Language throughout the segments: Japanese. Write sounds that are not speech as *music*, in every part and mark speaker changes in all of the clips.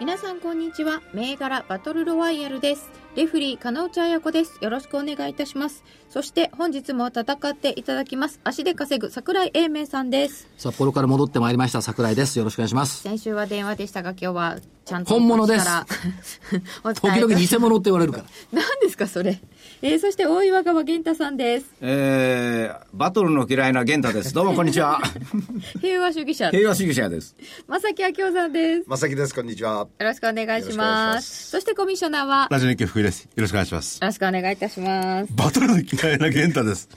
Speaker 1: 皆さんこんにちは銘柄バトルロワイヤルですレフリー金内彩子ですよろしくお願いいたしますそして本日も戦っていただきます足で稼ぐ桜井英明さんです
Speaker 2: 札幌から戻ってまいりました桜井ですよろしくお願いします
Speaker 1: 先週は電話でしたが今日はちゃんと
Speaker 2: 本物です
Speaker 1: からお *laughs* 伝
Speaker 2: 時
Speaker 1: え
Speaker 2: 々
Speaker 1: 何
Speaker 2: 偽物って言われるから
Speaker 1: ですかそれ、えー、そして大岩川源太さんです
Speaker 3: えー、バトルの嫌いな源太です。どうもこんにちは。
Speaker 1: 平和主義者
Speaker 3: 平和主義者です。
Speaker 1: 正木明夫さんです
Speaker 4: まさきです、こんにちは。
Speaker 1: よろしくお願いし
Speaker 4: よろしくお願いし
Speaker 1: ま
Speaker 4: ますす
Speaker 1: そしてコミッショナーはよ
Speaker 5: ラジオ日経福井です。よろしくお願いします。
Speaker 1: ろしくお願いいたします
Speaker 5: バトルの嫌いな玄太です。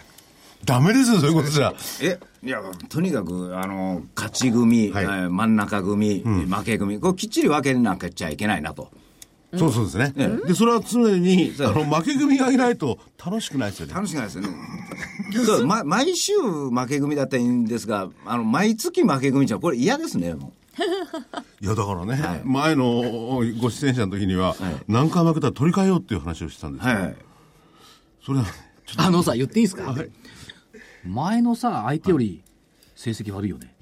Speaker 5: ダメですよ、そういうことじゃ。
Speaker 3: え、いや、とにかく、あの、勝ち組、
Speaker 5: はい
Speaker 3: えー真ん中組、負け組、これきっちり分けなきゃいけないなと。
Speaker 5: そうそうですね。で、それは常に、あの、負け組がいないと楽しくないですよね。
Speaker 3: 楽しくないですよね。そう、ま、毎週負け組だったらいいんですが、あの、毎月負け組じゃ、これ嫌ですね、も
Speaker 5: いや、だからね、
Speaker 3: はい
Speaker 5: 前のご出演者の時には、何回負けたら取り替えようっていう話をしたんで
Speaker 3: う。
Speaker 5: すよ。
Speaker 3: はい。
Speaker 5: それは、
Speaker 2: あのさ言っていいですか、前のさ相手より成績悪いよね、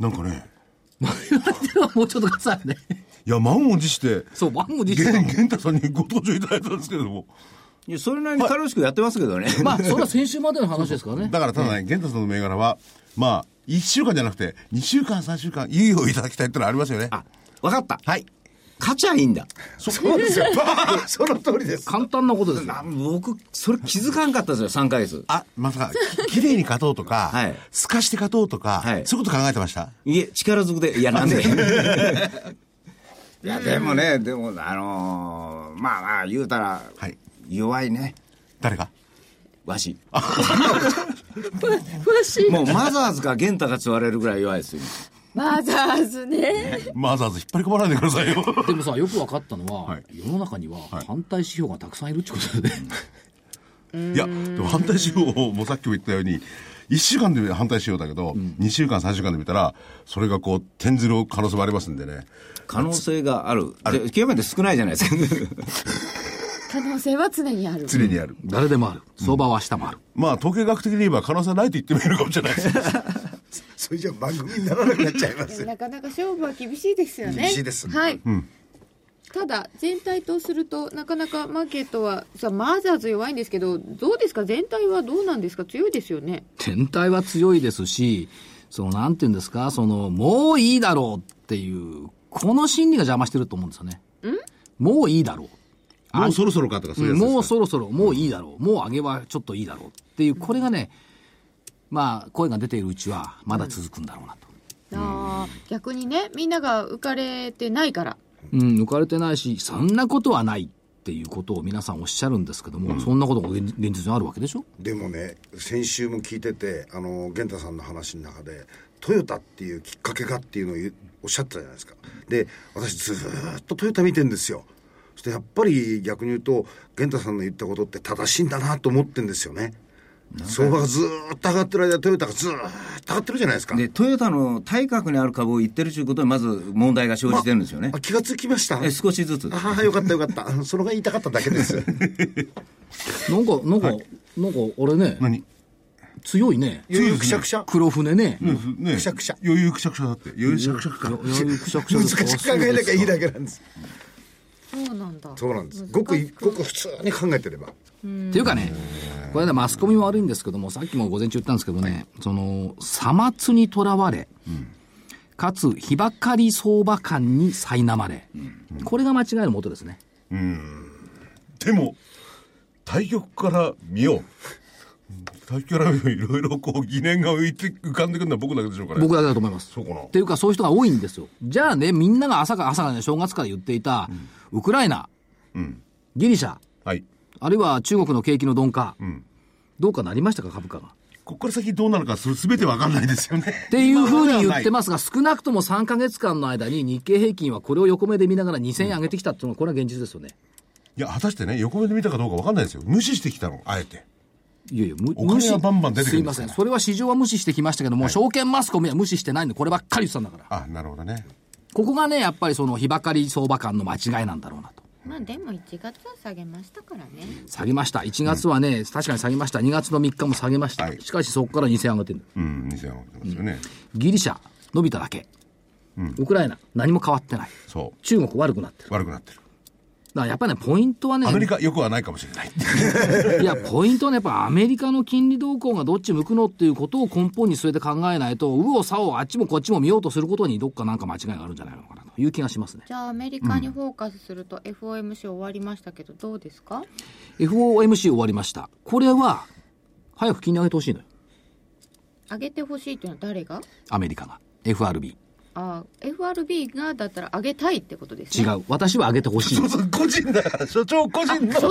Speaker 5: なんかね、
Speaker 2: *laughs* 相手はもうちょっと勝つわね
Speaker 5: いや、満を持して、
Speaker 2: そう万を持して
Speaker 5: 玄玄太さんにご登場いただいたんですけれども。
Speaker 3: いやそれなりに楽しくやってますけどね。
Speaker 2: まあそれは先週までの話ですからね
Speaker 5: だからただね、玄太さんの銘柄は、まあ、1週間じゃなくて、2週間、3週間、猶予をいただきたいってのはありますよ
Speaker 3: *laughs*
Speaker 5: ね。
Speaker 3: あ、わかった。
Speaker 5: はい。
Speaker 3: 勝ちゃいいんだ。
Speaker 4: そうですよ。その通りです。
Speaker 2: 簡単なことですよ
Speaker 3: な僕、それ気づかんかったですよ、3ヶ月。
Speaker 5: あ、まさか、き綺麗に勝とうと
Speaker 4: *laughs*
Speaker 5: か、
Speaker 3: はい
Speaker 5: 透かして勝とうとか、
Speaker 3: はい
Speaker 5: そういうこと考えてました。
Speaker 3: いえ、力ずくで、いや、 *laughs* なんで。いや、でもね、でも、あのーまあまあ、言うたら、
Speaker 5: はい
Speaker 3: 弱いね、
Speaker 5: 誰が
Speaker 3: わし。
Speaker 1: 詳しい
Speaker 3: もう、マザーズか玄太がつわれるぐらい弱いですよ。
Speaker 1: マザーズね
Speaker 5: *laughs* マザーズ引っ張り込まないでくださいよ。
Speaker 4: *laughs*
Speaker 2: でもさよく分かったのは、
Speaker 5: はい
Speaker 2: 世の中には反対指標がたくさんいるってことだよね、
Speaker 5: いや、でも反対仕様もさっきも言ったように、1週間で反対仕様だけど、二2週間、3週間で見たら、それがこう、転ずる可能性もありますんでね。
Speaker 3: 可能性がある。で極めて少ないじゃないですか。 *laughs*
Speaker 1: 可能性は常にある
Speaker 5: 常にある。
Speaker 2: 誰でもある相場は明日もある、
Speaker 5: まあ、統計学的に言えば可能性はないと言ってもいいのかもしれないです。
Speaker 4: *laughs* それじゃ番組にならなくなっちゃいますよ。
Speaker 1: なかなか勝負は厳しいですよね。
Speaker 4: 厳しいです
Speaker 1: はい。ただ全体とするとなかなかマーケットはさマーザーズ弱いんですけどどうですか全体はどうなんですか強いですよね。
Speaker 2: 天体は強いですしそのなんて言うんですかそのもういいだろうっていうこの心理が邪魔してると思うんですよねもういいだろうあ
Speaker 5: もうそろそろかとか、そういうやつですか
Speaker 2: もうそろそろ、もういいだろう、もう上げはちょっといいだろうっていう、これがね、まあ、声が出ているうちは、まだ続くんだろうなと。
Speaker 1: あー逆にねみんなが浮かれてないから。
Speaker 2: うん、抜かれてないし、そんなことはないっていうことを皆さんおっしゃるんですけども、そんなことが現現実にあるわけでしょ
Speaker 4: でもね、先週も聞いてて、あの、玄太さんの話の中で、トヨタっていうきっかけがっていうのを言うおっしゃってたじゃないですか。で、私ずーっとトヨタ見てんですよ。そしてやっぱり逆に言うと、玄太さんの言ったことって正しいんだなと思ってんですよね。相場がずーっと上がってる間、トヨタがずーっと上がってるじゃないですか。
Speaker 3: で、トヨタの対角にある株を言ってるということに、まず問題が生じてるんですよね
Speaker 4: あ。気がつきました。
Speaker 3: え少しずつ。
Speaker 4: ああ、よかったよか *laughs* った。それが言いたかっただけ *laughs* です。
Speaker 2: なんか、なんか、なんか、俺ね、
Speaker 5: 何
Speaker 2: 強いね。
Speaker 4: 余裕くし *laughs* ゃくしゃ。
Speaker 2: 黒船ね。
Speaker 5: ね
Speaker 4: くしゃくしゃ
Speaker 5: 余裕くしゃくしゃだって。余裕くしゃくしゃか。
Speaker 2: 余裕くしゃくしゃ
Speaker 4: *laughs* 難
Speaker 2: です
Speaker 4: しく考えなきゃいいだ
Speaker 2: け。
Speaker 4: けなんです。
Speaker 1: そうなんだ。
Speaker 4: そうなんです。ごくい、ごく普通に考えてれば。
Speaker 2: っていうかね、これね、マスコミも悪いんですけども、さっきも午前中言ったんですけどね、その、さまつにとらわれ、かつ、日ばかり相場感に苛まれ、これが間違いのもとですね。
Speaker 5: でも、対局から見よう。対局から見よう。いろいろこう疑念が浮いて、浮かんでくるのは僕だけでしょうからね。
Speaker 2: 僕だけだと思います。
Speaker 5: そうかな
Speaker 2: っていうか、そういう人が多いんですよ。じゃあね、みんなが朝か、朝がね、正月から言っていた、ウクライナ、ギリシャ、
Speaker 5: はい。
Speaker 2: あるいは中国の景気の鈍化、どうかなりましたか、株価が。
Speaker 5: ここから先どうなるか、それ全てわかんないですよね。っ。
Speaker 2: っていうふうに言ってますすが、少なくとも3ヶ月間の間に日経平均はこれを横目で見ながら2000円上げてきたっていうのは、これは現実ですよね。
Speaker 5: いや、果たしてね、横目で見たかどうかわかんないですよ。無視してきたの、あえて。
Speaker 2: いやいや、む
Speaker 5: お金はバンバン出てくる
Speaker 2: すい
Speaker 5: んで
Speaker 2: ます
Speaker 5: か
Speaker 2: せ
Speaker 5: ら
Speaker 2: ん。それは市場は無視してきましたけども、証券マスコミは無視してないんで、こればっかり言ってたんだから。
Speaker 5: あ、なるほどね。
Speaker 2: ここがね、やっぱりその、日ばかり相場感の間違いなんだろうなと。
Speaker 1: まあでも1月は下げましたからね
Speaker 2: 下げました。1月はね、確かに下げました。2月の3日も下げました。
Speaker 5: はい
Speaker 2: しかしそこから2000上がってる
Speaker 5: うん、2000円上がってますよね。
Speaker 2: ギリシャ、伸びただけ。ウクライナ、何も変わってない。
Speaker 5: そ
Speaker 2: 中国悪くなってる。
Speaker 5: う。悪くなってる。
Speaker 2: だからやっぱりね、ポイントはね、
Speaker 5: アメリカ、よくはないかもしれない。
Speaker 2: いや、ポイントはね、やっぱアメリカの金利動向がどっち向くのっていうことを根本に据えて考えないと、右往左往、あっちもこっちも見ようとすることに、どっかなんか間違いがあるんじゃないのかなという気がしますね。
Speaker 1: じゃあアメリカにフォーカスすると FOMC 終わりましたけどどうですか
Speaker 2: FOMC 終わりました。これは、早く金利上げてほしいのよ。
Speaker 1: 上げてほしいというのは誰が
Speaker 2: アメリカが。FRB。
Speaker 1: あ FRB がだったら上げたいってことです
Speaker 2: 違
Speaker 1: ね
Speaker 2: う。私は上げてほしいの。
Speaker 5: 個人だから、所長個人
Speaker 1: 所長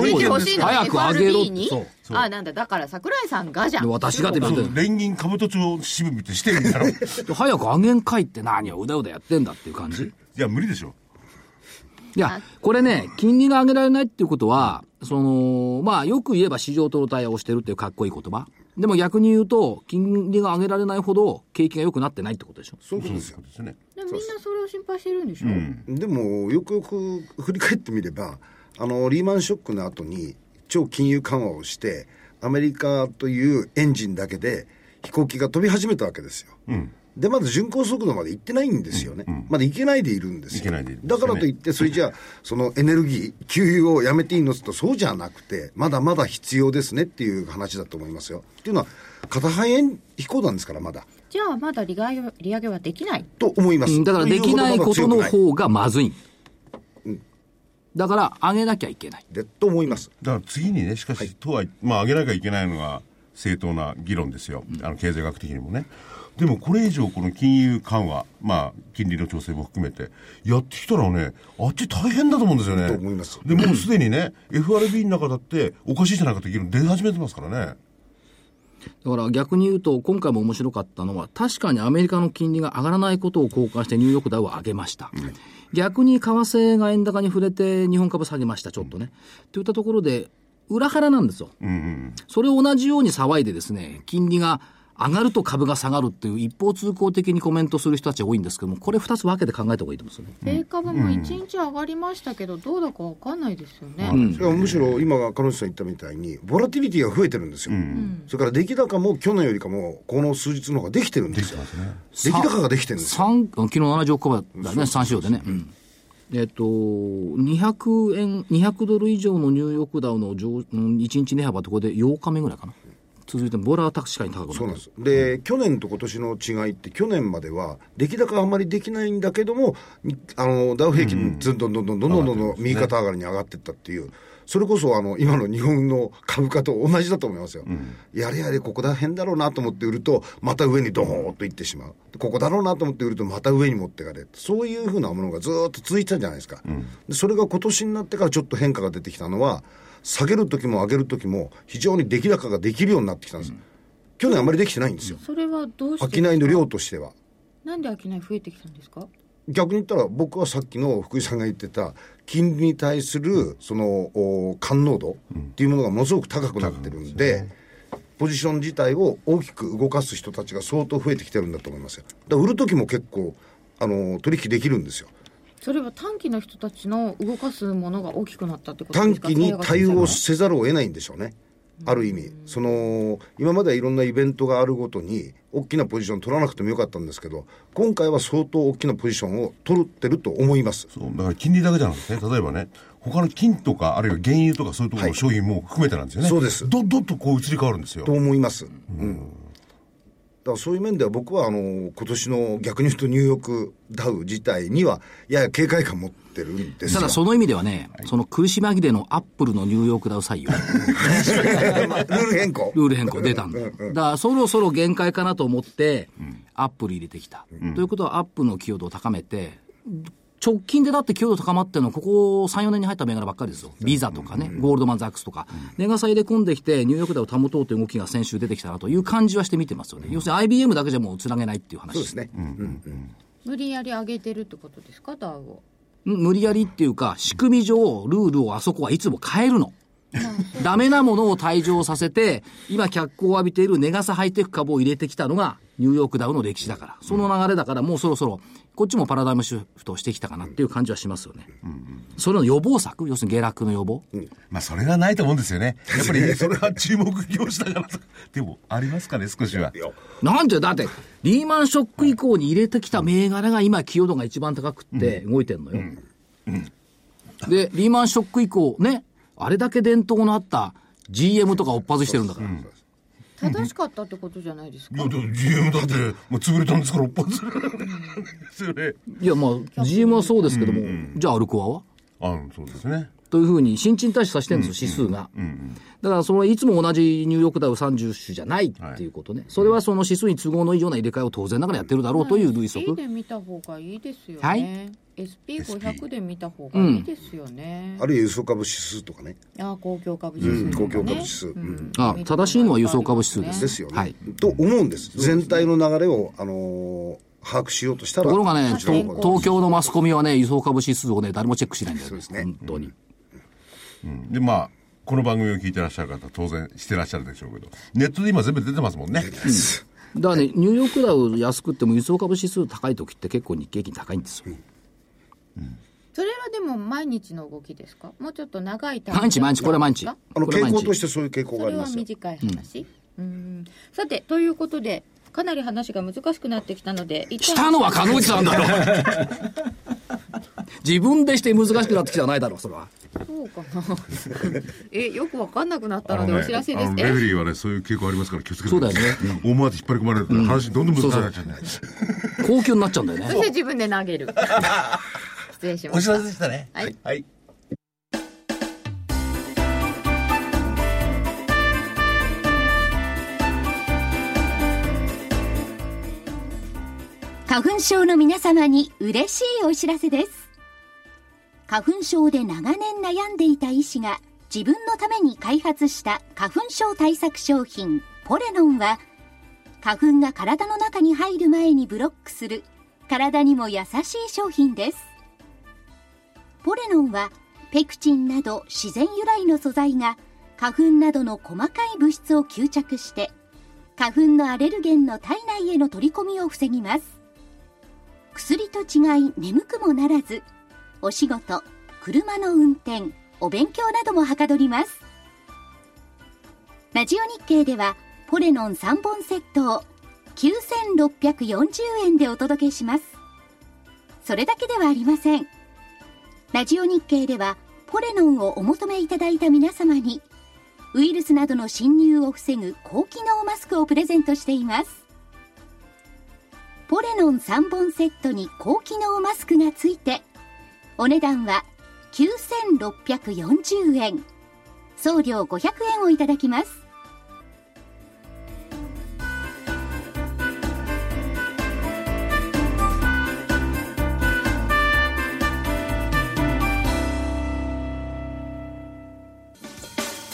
Speaker 1: が上げてほしいの
Speaker 2: どういうこと早く上げろ
Speaker 1: FRB に
Speaker 2: そう
Speaker 5: う
Speaker 1: あなんだだから桜井さんがじゃん
Speaker 2: 私がって
Speaker 5: そ
Speaker 2: 言
Speaker 5: う、連銀株都庁支部みたいにしてるんだろ。い
Speaker 2: 早く上げんかいって何をうだうだやってんだっていう感じ。
Speaker 5: や、無理でしょ。
Speaker 2: いや、これね、金利が上げられないっていうことは、その、まあ、よく言えば市場との対応をしてるっていうかっこいい言葉。でも逆に言うと、金利が上げられないほど景気が良くなってないってことでしょ。
Speaker 4: そういうこ
Speaker 5: そ
Speaker 4: と
Speaker 5: う
Speaker 4: で
Speaker 5: ですす
Speaker 4: よ
Speaker 5: よ。ですね。
Speaker 1: でもみんなそれを心配してるんでしょ、
Speaker 4: でもよくよく振り返ってみればあのリーマンショックの後に超金融緩和をしてアメリカというエンジンだけで飛行機が飛び始めたわけですよ、でまだ巡航速度まで行ってないんですよね、まだ行けないでいるんですよ
Speaker 5: 行けないでいるんです
Speaker 4: だ
Speaker 5: よね
Speaker 4: からといってそれじゃあそのエネルギー給油をやめていいのって言うとそうじゃなくてまだまだ必要ですねっていう話だと思いますよっていうのは片半円飛行なんですからまだ
Speaker 1: じゃあまだ利上げ利上げはできない
Speaker 4: と思いま
Speaker 2: う
Speaker 4: す
Speaker 2: んだからできないことの
Speaker 4: 言うほどまだ強くない
Speaker 2: 方がまずい。だから、上げなきゃいけない。
Speaker 4: でと思います
Speaker 5: だから次にね、しかし、とは、まあ、上げなきゃいけないのが正当な議論ですよ、あの経済学的にもね。でも、これ以上、この金融緩和、まあ、金利の調整も含めて、やってきたらね、あっち大変だと思うんですよね。
Speaker 4: と思います
Speaker 5: でもうすでにね、FRB の中だって、おかしいじゃないかという議論出始めてますからね。
Speaker 2: だから逆に言うと、今回も面白かったのは、確かにアメリカの金利が上がらないことを交換してニューヨークダウは上げました。逆に為替が円高に触れて日本株下げました、ちょっとね。といったところで、裏腹なんですよ。それを同じように騒いでですね、金利が上がると株が下がるっていう一方通行的にコメントする人たちが多いんですけども、これ二つ分けて考えた方がいいと思うんですよね。
Speaker 1: 米株も1日上がりましたけどどうだかわかんないですよね、
Speaker 4: いやむしろ今が彼女さん言ったみたいにボラティリティが増えてるんですよ、それから出来高も去年よりかもこの数日の方ができてるんですよ出来高ができてるんですよ
Speaker 2: 三昨日70億株だね、3市場でね。うんえっと、200円、200ドル以上のニューヨークダウの上1日値幅ってこれで8日目ぐらいかな。続いて、ボラは確かに高くなって
Speaker 4: そう
Speaker 2: る
Speaker 4: なんですで、去年と今年の違いって去年までは出来高あんまりできないんだけどもにあのダウ平均ずんどんどんどんどんどんどんどん右肩上がりに上がっていったっていうそれこそあの今の日本の株価と同じだと思いますよ、やれやれここら辺だろうなと思って売るとまた上にドーンといってしまうここだろうなと思って売るとまた上に持ってかれるそういうふうなものがずーっと続いてたじゃないですか、でそれが今年になってからちょっと変化が出てきたのは下げる時も上げる時も非常に出来高ができるようになってきたんです、去年あまりできてないんですよ。
Speaker 1: それはどうして
Speaker 4: 商いの量としては。
Speaker 1: なんで商い増えてきたんですか
Speaker 4: 逆に言ったら僕はさっきの福井さんが言ってた金利に対するそのお感能度っていうものがものすごく高くなってるんで、ポジション自体を大きく動かす人たちが相当増えてきてるんだと思いますよだから売る時も結構あの取引できるんですよ
Speaker 1: それは短期の人たちの動かすものが大きくなったってことで
Speaker 4: 短
Speaker 1: すか
Speaker 4: 期に対応
Speaker 1: し
Speaker 4: せざるを得ないんでしょうね、ある意味、その今まではいろんなイベントがあるごとに、大きなポジション取らなくてもよかったんですけど、今回は相当大きなポジションを取ってると思います。
Speaker 5: そう、だから金利だけじゃなくてね、例えばね、他の金とか、あるいは原油とかそういうところの商品も含めてなんですよね。
Speaker 4: そうです
Speaker 5: ど、どっとこう移り変わるんですよ
Speaker 4: と。思います。うんだからそういう面では僕はあの今年の逆に言うとニューヨークダウ自体にはやや警戒感持ってるんです
Speaker 2: た
Speaker 4: よ
Speaker 2: だその意味ではね、その苦し紛れのアップルのニューヨークダウ採用、
Speaker 4: *laughs* まあルール変更
Speaker 2: ルール変更出たんだ。だからそろそろ限界かなと思って、アップル入れてきた。ということはアップルの寄与度を高めて、直近でだって寄与度高まってるのはここ3、4年に入った銘柄ばっかりですよ。ビザとかね、ゴールドマンザックスとか。値傘入れ込んできて、ニューヨークダウを保とうという動きが先週出てきたなという感じはして見てますよね。要するに IBM だけじゃもうつなげないっていう話。
Speaker 4: そうですね、
Speaker 1: 無理やり上げてるってことですかダウを
Speaker 2: 無理やりっていうか、仕組み上、ルールをあそこはいつも変えるの。ダメなものを退場させて、今脚光を浴びているネガサハイテク株を入れてきたのが、ニューヨークダウの歴史だから。その流れだから、もうそろそろ、こっちもパラダイムシフトしてきたかなっていう感じはしますよね。それの予防策要するに下落の予防、
Speaker 5: まあ、それは *laughs* ないと思うんですよね。やっぱり、それは注目業種だからとか。 *laughs* でも、ありますかね、少しは。
Speaker 2: なんて、だって、リーマンショック以降に入れてきた銘柄が今、寄与度が一番高くって動いてんのよ。で、リーマンショック以降、ね、あれだけ伝統のあった GM とか追っ外してるんだから。
Speaker 1: 正しかったってことじゃないです
Speaker 5: い
Speaker 1: か
Speaker 5: や、でも GM だって、もう潰れたんですから、おっぱずる。ですよ *laughs* ね。
Speaker 2: いや、まあ、GM はそうですけども、じゃあアルコアは
Speaker 5: あそうですね。
Speaker 2: というふうに、新陳代謝させてるんですよ、指数が。だから、その、いつも同じニューヨークダウ30種じゃないっていうことね。それはその指数に都合のいいような入れ替えを当然ながらやってるだろうという類
Speaker 1: いい
Speaker 2: 則。
Speaker 1: で見た方がいいですよね、
Speaker 2: はい
Speaker 1: SP500 で見た方がいいですよね、
Speaker 4: あるいは輸送株指数とかね
Speaker 1: ああ公共株指数とかね、
Speaker 4: 公共株指数うん
Speaker 2: あ、正しいのは輸送株指数です。
Speaker 4: ですよね、
Speaker 2: はい。
Speaker 4: と思うんです全体の流れを、あのー把握しようとしたら
Speaker 2: ところがね、
Speaker 4: 自
Speaker 2: と
Speaker 4: 動化
Speaker 2: 東京のマスコミはね、輸送株指数をね、誰もチェックしないんだよ、
Speaker 4: そうですね
Speaker 2: 本当に。
Speaker 5: うんで、まあ、この番組を聞いてらっしゃる方、当然してらっしゃるでしょうけど、ネットで今全部出てますもん
Speaker 2: だ
Speaker 5: ね。
Speaker 2: からね、ニューヨークダウ安くっても輸送株指数高い時って結構日経平均高いんですよ。
Speaker 1: それはでも毎日の動きですかもうちょっと長い単位
Speaker 2: 毎日毎日、これは毎日。
Speaker 1: あ
Speaker 4: あの
Speaker 2: これは
Speaker 4: 傾
Speaker 2: 毎
Speaker 4: 向
Speaker 2: 日
Speaker 4: としてそういう傾向が
Speaker 1: そ
Speaker 4: あ
Speaker 1: れ
Speaker 4: りま
Speaker 1: は
Speaker 4: すよ
Speaker 1: 短い話、うん、さてということでかなり話が難しくなってきたので一旦
Speaker 2: したのは鹿野内さんだろ *laughs* 自分でして難しくなってきてはないだろう、それは。
Speaker 1: そうかな *laughs* えよくわかんなくなったの
Speaker 5: あの
Speaker 1: で
Speaker 5: ね
Speaker 1: お知らせです
Speaker 5: あの
Speaker 1: え
Speaker 5: レフェリーはね、そういう傾向ありますから気をつけて
Speaker 2: そうだよね。
Speaker 5: *laughs* 思わず引っ張り込まれると話どんどん難しくなっちゃうね。
Speaker 2: 高級になっちゃうんだよ
Speaker 1: そし
Speaker 2: ね。
Speaker 1: て自分で投げる失礼しま
Speaker 5: お
Speaker 1: し
Speaker 5: 知
Speaker 1: た
Speaker 5: らせでしたね。
Speaker 1: はい。
Speaker 5: はい。
Speaker 6: 花粉症の皆様に嬉しいお知らせです。花粉症で長年悩んでいた医師が自分のために開発した花粉症対策商品ポレノンは花粉が体の中に入る前にブロックする体にも優しい商品です。ポレノンはペクチンなど自然由来の素材が花粉などの細かい物質を吸着して花粉のアレルゲンの体内への取り込みを防ぎます。薬と違い眠くもならずお仕事車の運転お勉強などもはかどりますラジオ日経ではポレノン3本セットを9640円でお届けしますそれだけではありませんラジオ日経ではポレノンをお求めいただいた皆様にウイルスなどの侵入を防ぐ高機能マスクをプレゼントしていますポレノン3本セットに高機能マスクがついてお値段は9640円送料500円をいただきます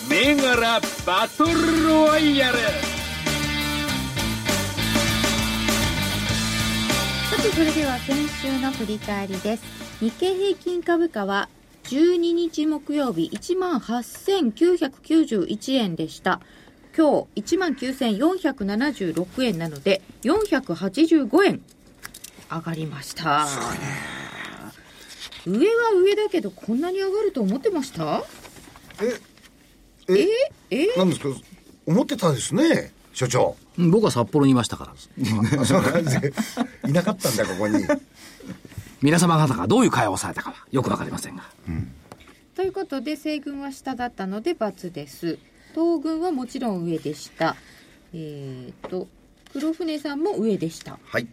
Speaker 7: 銘柄バトルロワイヤル
Speaker 1: さてそれでは先週の振り返りです日経平均株価は12日木曜日1万8991円でした今日1万9476円なので485円上がりました上は上だけどこんなに上がると思ってました
Speaker 4: ええ
Speaker 1: え
Speaker 4: なんですけど思ってたんですね所長
Speaker 2: うん僕は札幌にいましたから。
Speaker 4: あそうなんですねいなかったんだここに
Speaker 2: 皆様方がどういう会話をされたかはよくわかりませんが。
Speaker 1: ということで西軍は下だったので×です東軍はもちろん上でしたえー、と黒船さんも上でした
Speaker 4: はい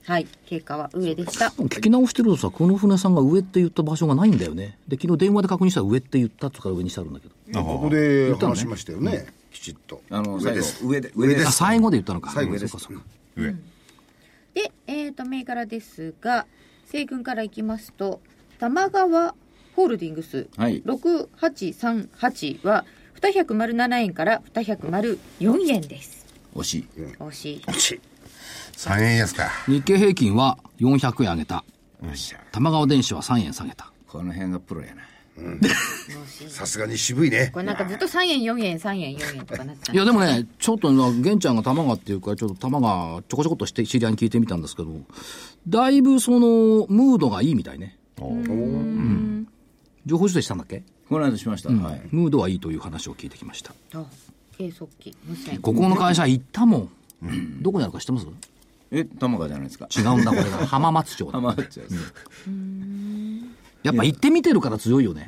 Speaker 1: 経過は上でした
Speaker 2: 聞き直してるとさ、この船さんが上って言った場所がないんだよね。で、昨日電話で確認したら上って言ったっつうから上にしてあるんだけど。
Speaker 4: ここで話しましたよねきちっと
Speaker 3: あの
Speaker 4: 上
Speaker 3: 最
Speaker 4: で
Speaker 3: 後
Speaker 4: す
Speaker 3: 上で上で
Speaker 2: あ、
Speaker 3: す
Speaker 2: 最後で言ったのか。
Speaker 4: 最後です
Speaker 2: そうかそうか
Speaker 5: 上。
Speaker 1: でえー、と銘柄ですが西軍からいきますと玉川ホールディングス、
Speaker 3: はい
Speaker 1: 6838は207円から204円です
Speaker 3: 惜しい
Speaker 1: 惜しい
Speaker 5: 3円安か。
Speaker 2: 日経平均は400円上げた。
Speaker 5: よっしゃ。
Speaker 2: 玉川電子は3円下げた。
Speaker 3: この辺がプロやな
Speaker 4: さすがに渋いね
Speaker 1: これなんかずっと3円4円3円4円とかなってた
Speaker 2: いやでもね、ちょっとな、玄ちゃんが玉がっていうから、ちょっと玉がちょこちょこっとして知り合いに聞いてみたんですけど、だいぶその、ムードがいいみたいね。情報修正したんだっけ
Speaker 3: この間しました、はい
Speaker 2: ムードはいいという話を聞いてきました。
Speaker 1: あ計測器無線
Speaker 2: ここの会社行ったもん。どこにあるか知ってます
Speaker 3: え玉川じゃないですか
Speaker 2: 違うんだ、これが。
Speaker 3: *laughs*
Speaker 2: 浜松町だ。
Speaker 3: 浜松町です
Speaker 2: やっぱ行ってみてるから強いよね。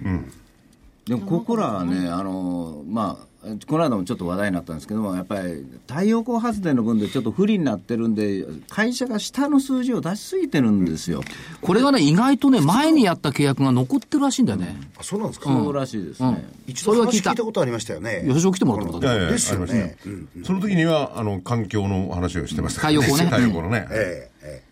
Speaker 3: でもここらはね、あのまあ、この間もちょっと話題になったんですけども、やっぱり太陽光発電の分でちょっと不利になってるんで、会社が下の数字を出しすぎてるんですよ、
Speaker 2: これがね、意外とね、前にやった契約が残ってるらしいんだよね。
Speaker 4: あそうなんですか、
Speaker 3: そうらしいですね、
Speaker 4: 一
Speaker 2: そ
Speaker 4: 度
Speaker 2: れは聞
Speaker 4: 話
Speaker 2: いた
Speaker 4: 聞いたことありましたよね
Speaker 2: 吉尾来てもらったことあ
Speaker 5: や
Speaker 2: る。
Speaker 5: いや
Speaker 4: ですよね
Speaker 5: ありましたその時にはあの環境の話をしてましたか
Speaker 2: 太陽
Speaker 5: ら
Speaker 2: 光ね
Speaker 5: *laughs* 太陽光のね、
Speaker 4: えええ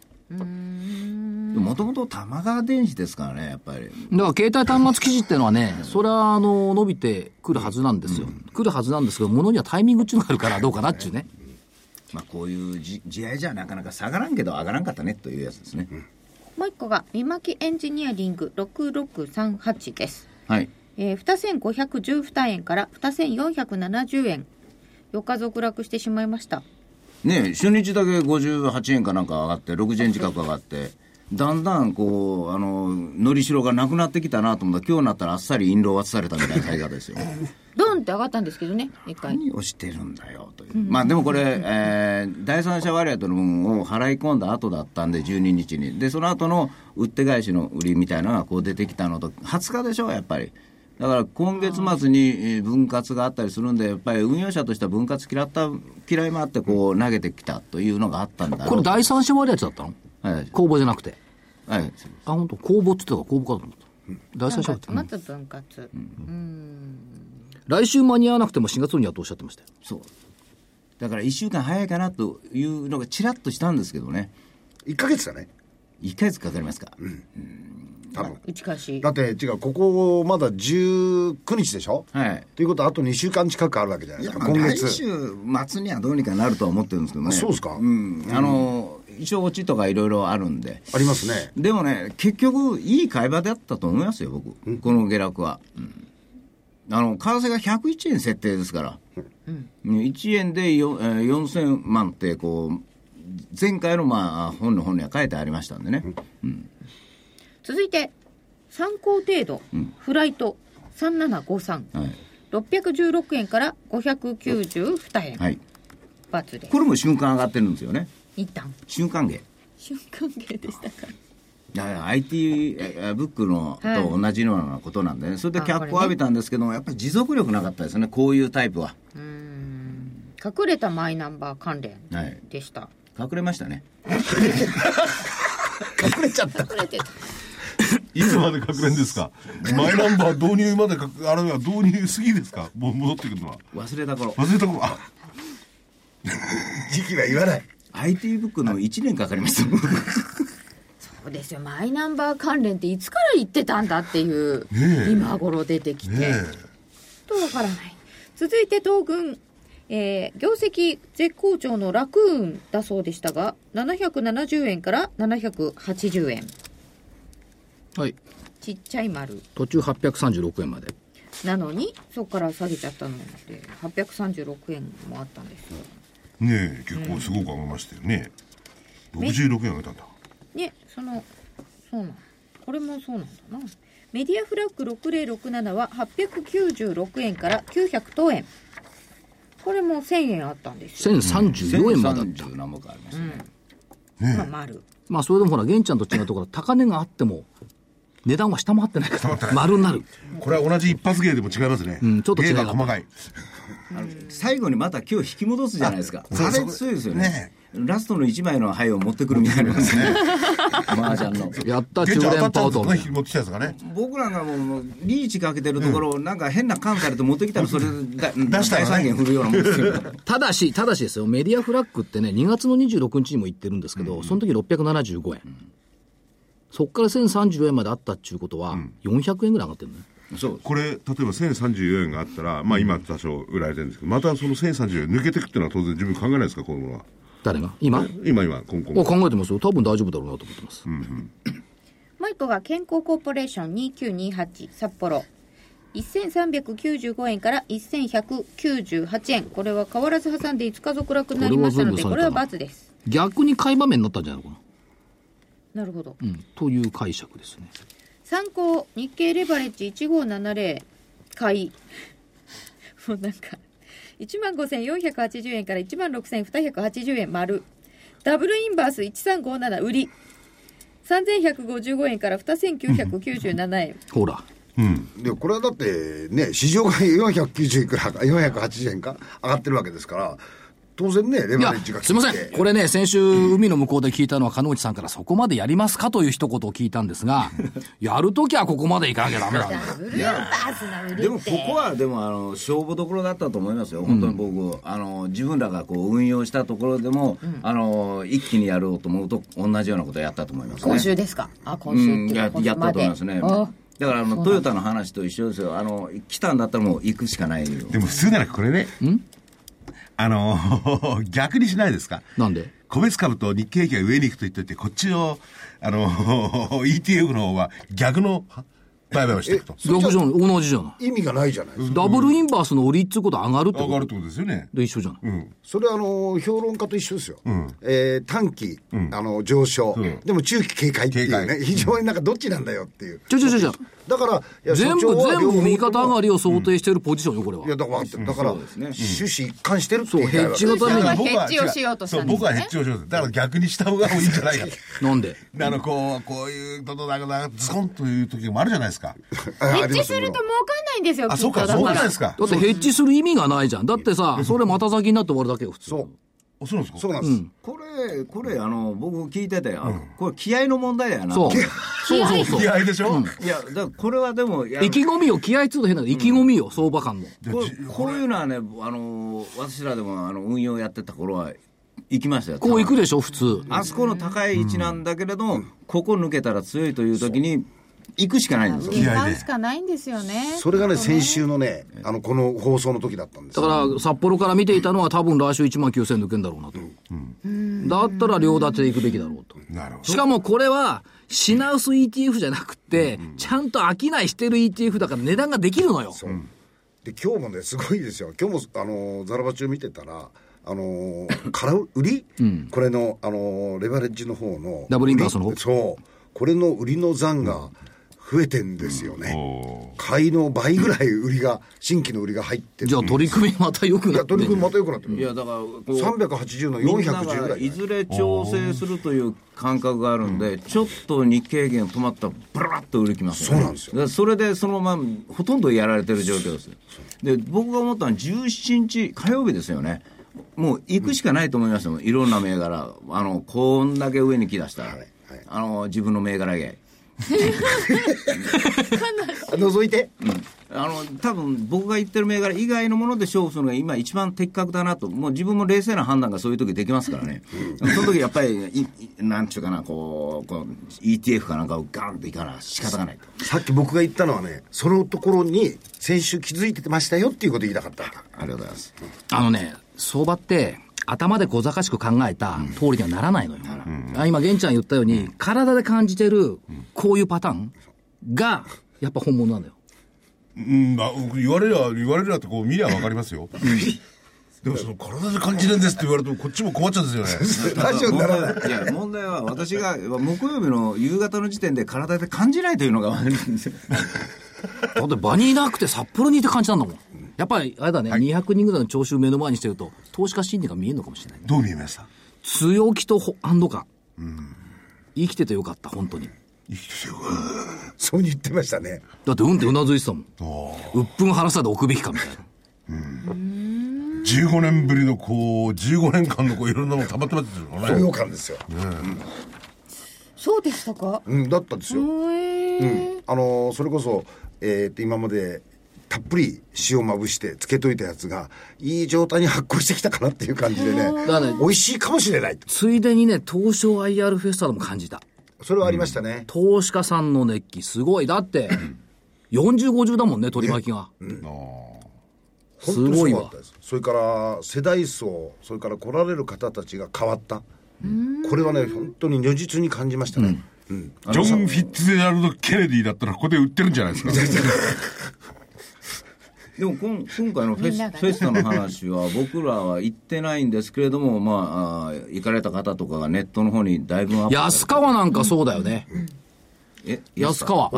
Speaker 3: もともと玉川電子ですからね、やっぱり、
Speaker 2: だから携帯端末記事っていうのはね、それはあの伸びてくるはずなんですよ、来るはずなんですけど、ものにはタイミングっていうのがあるから、どうかなっていうね、
Speaker 3: まあ、こういうじ地合いじゃなかなか下がらんけど、上がらんかったねというやつですね。
Speaker 1: もう一個が三巻エンジニアリング6638です
Speaker 3: はい
Speaker 1: えー、2512円から2470円4日続落してしまいました
Speaker 3: ねえ、初日だけ58円かなんか上がって、60円近く上がって、だんだんこう、あの、のりしろがなくなってきたなと思ったら、今日になったらあっさり印籠渡されたみたいな買い方ですよ。
Speaker 1: ドンって上がったんですけどね一回
Speaker 3: 何をしてるんだよという、まあでもこれ、えー第三者割当の分を払い込んだ後だったんで、12日に、でその後の売って返しの売りみたいなのがこう出てきたのと、20日でしょ、やっぱり。だから今月末にえー分割があったりするんで、やっぱり運用者としては分割嫌った嫌いもあってこう投げてきたというのがあったんだろう
Speaker 2: これ、第三者割合だったの
Speaker 3: はい
Speaker 2: 公募じゃなくて、
Speaker 3: はい、
Speaker 2: あ、本当公募って言ってたから、公募かと思った、第三者割合、
Speaker 1: まず分割、
Speaker 2: 来週間に合わなくても4月にはとおっしゃってましたよ、
Speaker 3: そうだから1週間早いかなというのがちらっとしたんですけどね、
Speaker 4: え1ヶ月だね
Speaker 3: 1ヶ月かかりますか。
Speaker 4: 多分
Speaker 1: 打ち返し
Speaker 4: だって違うここまだ19日でしょ
Speaker 3: はい
Speaker 4: ということはあと2週間近くあるわけじゃない
Speaker 3: い
Speaker 4: で
Speaker 3: や
Speaker 4: す
Speaker 3: ま
Speaker 4: か
Speaker 3: あ
Speaker 4: 今
Speaker 3: 来
Speaker 4: 月
Speaker 3: 週末にはどうにかなるとは思ってるんですけどね、
Speaker 4: あそうですか
Speaker 3: ん、あの一応、オチとかいろいろあるんで、
Speaker 4: ありますね
Speaker 3: でもね、結局、いい買い場だったと思いますよ、僕、この下落は。うんあの為替が101円設定ですから、1円でよえー4000万ってこう、前回の、まあ、本の本には書いてありましたんでね、
Speaker 1: 続いて参考程度、フライト3753、
Speaker 3: はい
Speaker 1: 616円から592円、
Speaker 3: はい、
Speaker 1: バツで
Speaker 3: これも瞬間上がってるんですよね、
Speaker 1: 一旦
Speaker 3: 瞬間下。
Speaker 1: 瞬間系でしたか
Speaker 3: だから IT ええブックの
Speaker 1: はい
Speaker 3: と同じようなことなんでね、それで
Speaker 1: あ
Speaker 3: 脚光
Speaker 1: これね
Speaker 3: 浴びたんですけども、やっぱり持続力なかったですね、こういうタイプは。
Speaker 1: 隠れたマイナンバー関連
Speaker 3: はい
Speaker 1: でした、
Speaker 3: 隠れましたね。
Speaker 1: 隠れてた
Speaker 5: いつまで確連ですかマイナンバー導入までかあれは導入すぎですかもう戻ってくるのは
Speaker 3: 忘れた頃。
Speaker 5: 忘れたことあ
Speaker 4: 時期は言わない
Speaker 3: IT ブックの1年かかりました。
Speaker 1: そうですよマイナンバー関連っていつから言ってたんだっていう、今頃出てきて、とわからない続いて東軍、えー業績絶好調のラクーンだそうでしたが770円から780円
Speaker 2: はい、
Speaker 1: ちっちゃい丸
Speaker 2: 途中836円まで、
Speaker 1: なのにそこから下げちゃったので836円もあったんですよ
Speaker 5: ねえ結構すごく上げましたよね、66円上げたんだ
Speaker 1: ねそのそうなんこれもそうなんだなメディアフラッグ6067は896円から900等円これも1000円あったんですよ、
Speaker 2: 1034円までだった、
Speaker 3: 1030何本かありましたね。
Speaker 1: まあ丸
Speaker 2: まあそれでもほら、玄ちゃんと違うところ、高値があっても、値段は下回ってないから、丸になる、
Speaker 5: これは同じ一発芸でも違いますね、
Speaker 2: うんちょっと違
Speaker 5: 芸
Speaker 2: う
Speaker 5: が細かい
Speaker 3: あの最後にまた今日引き戻すじゃないですか。
Speaker 5: あそう
Speaker 3: あれ
Speaker 5: そこ
Speaker 3: そうですよ
Speaker 5: ね
Speaker 3: ね。ラストの1枚の牌を持ってくるみたいなですね。麻雀の。
Speaker 2: やった、
Speaker 5: 現
Speaker 2: 中
Speaker 5: 地当た
Speaker 2: 連
Speaker 5: った
Speaker 2: パ
Speaker 5: ん
Speaker 2: ー
Speaker 5: です
Speaker 2: ト
Speaker 5: かね持ってきたやつがね
Speaker 3: 僕らがもうリーチかけてるところをなんか変な感されて持ってきたらそれだ
Speaker 5: 出したら
Speaker 3: 大
Speaker 5: ね
Speaker 3: 三元振るようなもんですよ。
Speaker 2: ただし、ただしですよ、メディアフラッグってね、2月の26日にも言ってるんですけど、その時675円。そこから1030円まであったっていうことは、400円ぐらい上がってるね。
Speaker 3: そうです
Speaker 5: これ例えば1034円があったらまあ今多少売られてるんですけどまたその1034円抜けてくっていうのは当然自分考えないですかこのものは
Speaker 2: 誰が今
Speaker 5: 今今今今
Speaker 2: あ考えてますよ。多分大丈夫だろうなと思ってます。
Speaker 1: もう一クが健康コーポレーション2928札幌。1395円から1198円。これは変わらず挟んで5日続落になりましたので、
Speaker 2: こ
Speaker 1: こ
Speaker 2: れ
Speaker 1: れ
Speaker 2: は
Speaker 1: は
Speaker 2: 全部下げたな
Speaker 1: ×です。
Speaker 2: 逆に買い場面になったんじゃないのか
Speaker 1: なるほど。
Speaker 2: な、うん、という解釈ですね
Speaker 1: 参考、日経レバレッジ1570、買い。もうなんか、15,480円から16,280円丸。ダブルインバース1357売り。3,155円から2,997円。
Speaker 2: ほら
Speaker 4: でこれはだってね市場が490いくらか480円か上がってるわけですから当然ねレ
Speaker 2: い
Speaker 4: バ
Speaker 2: や
Speaker 4: レッジが効いて
Speaker 2: すいませんこれね先週海の向こうで聞いたのは鹿野内さんからそこまでやりますかという一言を聞いたんですがやるときはここまでいかなきゃダメなんだよ
Speaker 1: ダブルインバースな売り
Speaker 3: でもここはでもあの勝負どころだったと思いますよ、本当に僕、あの自分らがこう運用したところでも、あの一気にやろうと思うと、同じようなことやったと思います、ね、
Speaker 1: 今週ですかあ、今
Speaker 3: う
Speaker 1: 週
Speaker 3: ん
Speaker 1: ってい
Speaker 3: や
Speaker 1: うか、今
Speaker 3: や
Speaker 1: 週
Speaker 3: った
Speaker 1: まで。
Speaker 3: と思いますね
Speaker 1: あ
Speaker 3: だからあのトヨタの話と一緒ですよあの来たんだったらもう行くしかないよ
Speaker 5: でも普通ならこれね、あの *laughs* 逆にしないですか
Speaker 2: なんで
Speaker 5: 個別株と日経平均が上に行くと言っといて、こっちの、あの、ETF *laughs* の方は逆の売買をしていくと。
Speaker 4: それじゃ
Speaker 2: 6畳同じじゃない
Speaker 4: 意味がないじゃないですか
Speaker 2: ダブルインバースの売りっつうことは上がるって
Speaker 5: 上
Speaker 2: こ
Speaker 5: がるっ
Speaker 2: と
Speaker 5: てことですよね。
Speaker 2: で一緒じゃない、
Speaker 4: それはあの評論家と一緒ですよ、えー短期、あの上昇、でも中期警戒っていう
Speaker 5: 警戒
Speaker 4: ね非常になんかどっちなんだよっていう
Speaker 2: ちょちょちょちょ
Speaker 4: だからいや
Speaker 2: 全
Speaker 4: 所長
Speaker 2: 部
Speaker 4: は
Speaker 2: 全部右肩上が
Speaker 4: り
Speaker 2: りを想定してるポジションよこれはい
Speaker 4: やだから分かってるだから、終始一貫してるって
Speaker 2: そう
Speaker 4: 言いたい
Speaker 2: ヘッ
Speaker 4: わ
Speaker 2: ジ
Speaker 4: け
Speaker 2: のために
Speaker 1: ヘッジをしようとしたんですね
Speaker 5: そう僕はヘッジをしようとだから逆にした方がいいんじ
Speaker 2: *laughs*
Speaker 5: ゃないかと。
Speaker 2: なんで
Speaker 5: あの、こう、こういうことだから、ズコンという時もあるじゃないですか。
Speaker 4: ああ
Speaker 1: 一
Speaker 4: り
Speaker 1: 致
Speaker 4: ます
Speaker 1: すると儲かんないんですよ、
Speaker 5: あ、
Speaker 1: きっ
Speaker 5: そう
Speaker 1: と
Speaker 5: か、
Speaker 1: だ
Speaker 5: そうじゃ
Speaker 1: か
Speaker 5: ない
Speaker 1: ら
Speaker 5: ですか。
Speaker 2: だってヘッジする意味がないじゃんだってさそれまた先になって終わるだけよ普通
Speaker 4: そう
Speaker 5: あそうなんですか。
Speaker 4: そうなんです、
Speaker 3: これこれあの僕聞いててあ、これ気合の問題だよな
Speaker 2: そう
Speaker 3: い
Speaker 2: そうそうそう
Speaker 5: 気合でしょ、
Speaker 3: やだからこれはでもや
Speaker 2: 意気込みを気合いっつうと変だけど意気込みを相場感の
Speaker 3: こうこういうのはねあの私らでもあの運用やってた頃は行きましたよ
Speaker 2: こういくでしょ普通
Speaker 3: あそこの高い位置なんだけれども、ここ抜けたら強いという時に行くしかないんですよ
Speaker 1: 上買うしかないんですよね。
Speaker 4: それがね先週のねあのこの放送の時だったんです
Speaker 2: だ
Speaker 4: よ
Speaker 2: から札幌から見ていたのは多分来週1万9000抜けんだろうなと、だったら両立てで行くべきだろうと
Speaker 5: なるほ
Speaker 2: しかもこれは品薄 ETF じゃなくて、ちゃんと商いしてる ETF だから値段ができるのよ
Speaker 4: で今日もねすごいですよ今日もあのザラバ中見てたらあのー空売り、これのあのーレバレッジの方の
Speaker 2: ダブルインバースの方
Speaker 4: 売りそうこれの売りの残が増えてんですよね、買いの倍ぐらい売りが新規の売りが入ってる
Speaker 2: じゃあ
Speaker 4: い
Speaker 2: 取り組みまた良くなっ
Speaker 4: や
Speaker 2: て
Speaker 4: 鳥くん
Speaker 2: る
Speaker 4: また良くなってる
Speaker 3: いやだからこう
Speaker 4: 380の
Speaker 3: みんな
Speaker 4: 410ぐら
Speaker 3: が
Speaker 4: い
Speaker 3: いずれ調整するという感覚があるんで、ちょっと日経平均止まったら、ブラッと売りきますよね
Speaker 4: そうなんですよ
Speaker 3: だからそれでそのままほとんどやられてる状況ですよで、僕が思ったのは、17日、火曜日ですよね、もう行くしかないと思いましたもん、いろんな銘柄、あのこんだけ上に来だしたら、あの自分の銘柄へ。
Speaker 4: 覗いて
Speaker 3: あの多分僕が言ってる銘柄以外のもので勝負するのが今一番的確だなともう自分も冷静な判断がそういう時できますからね、その時やっぱりいいなんちゅうかなこうこう ETF かなんかをガンといかな仕方がないと
Speaker 4: さっき僕が言ったのはねそのところに先週気づいてましたよっていうこと言いたかったわけ
Speaker 3: ありがとうございます
Speaker 2: あのね相場って頭で小賢しく考えた通りにはならないのよ、あ今玄ちゃん言ったように、体で感じてるこういうパターンがやっぱ本物なんだよ
Speaker 5: うん、まあ、言われりゃ、言われりゃってこう見りゃわかりますよ。 *laughs* でもその体で感じるんですって言われるとこっちも困っちゃうんですよね。
Speaker 4: ラジオにならない
Speaker 3: いや問題は私が木曜日の夕方の時点で体で感じないというのが悪いん *laughs* ですよ
Speaker 2: だって場にいなくて札幌にいて感じたんだもん。やっぱり、あれだね、200人ぐらいの聴衆目の前にしてると、投資家心理が見えるのかもしれない。
Speaker 5: *laughs* どう見えました
Speaker 2: 強気とほ安堵感。生きててよかった、本当に。
Speaker 4: *laughs* そうに言ってましたね
Speaker 2: だって、うんってうなずいてたもん。うっぷん晴らさで置くべきかみたいな。
Speaker 5: 15年ぶりのこう15年間のこういろんなものたまってますよ
Speaker 4: 高
Speaker 5: ね
Speaker 4: 揚感ですよ、
Speaker 1: そうでしたか
Speaker 4: うん、だったんですよあのーそれこそ、えーと今までたっぷり塩まぶしてつけといたやつがいい状態に発酵してきたかなっていう感じでね
Speaker 2: だからね
Speaker 4: 美味しいかもしれないと
Speaker 2: ついでにね、東証 IR フェスタでも感じた。
Speaker 4: それはありましたね、
Speaker 2: 投資家さんの熱気、すごい。だって、40、50だもんね、取り巻きが。
Speaker 4: 本当にすごかったですそれから世代層それから来られる方たちが変わったこれはね本当に如実に感じましたね、
Speaker 5: ジョン・フィッツジェラルド・ケネディだったらここで売ってるんじゃないですか。 *laughs*
Speaker 3: でも今今回のフェス、フェスタの話は、僕らは行ってないんですけれども、まあ、あー行かれた方とかがネットの方にだいぶアップされて
Speaker 2: 安川なんかそうだよね。
Speaker 3: え
Speaker 2: 安川。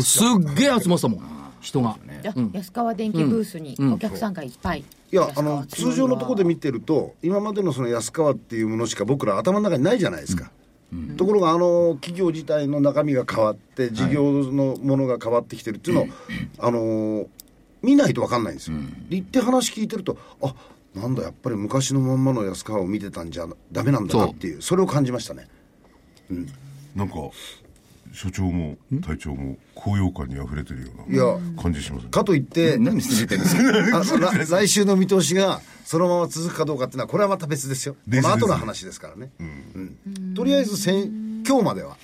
Speaker 2: すっげえ集まってたもん。人が。
Speaker 1: あ安川電機ブースにお客さんがいっぱい。
Speaker 4: いや
Speaker 1: 安
Speaker 4: あ
Speaker 1: 川
Speaker 4: の
Speaker 1: 強いわ
Speaker 4: 通常のところで見てると今までのその安川っていうものしか僕ら頭の中にないじゃないですか、ところがあの企業自体の中身が変わって事業のものが変わってきてるっていう *laughs* のを、あのー見ないと分かんないんですよ、で行って話聞いてるとあなんだやっぱり昔のまんまの安川を見てたんじゃダメなんだなっていうそれを感じましたね
Speaker 5: なんか、所長も隊長も高揚感に溢れてるよう
Speaker 4: いや
Speaker 5: な感じしますね。
Speaker 4: かといって
Speaker 3: 何しててるんですか
Speaker 4: *laughs* あら来週の見通しがそのまま続くかどうかっていうのはこれはまた別ですよこ
Speaker 5: です
Speaker 4: の後の話ですからね、うんとりあえず先今日までは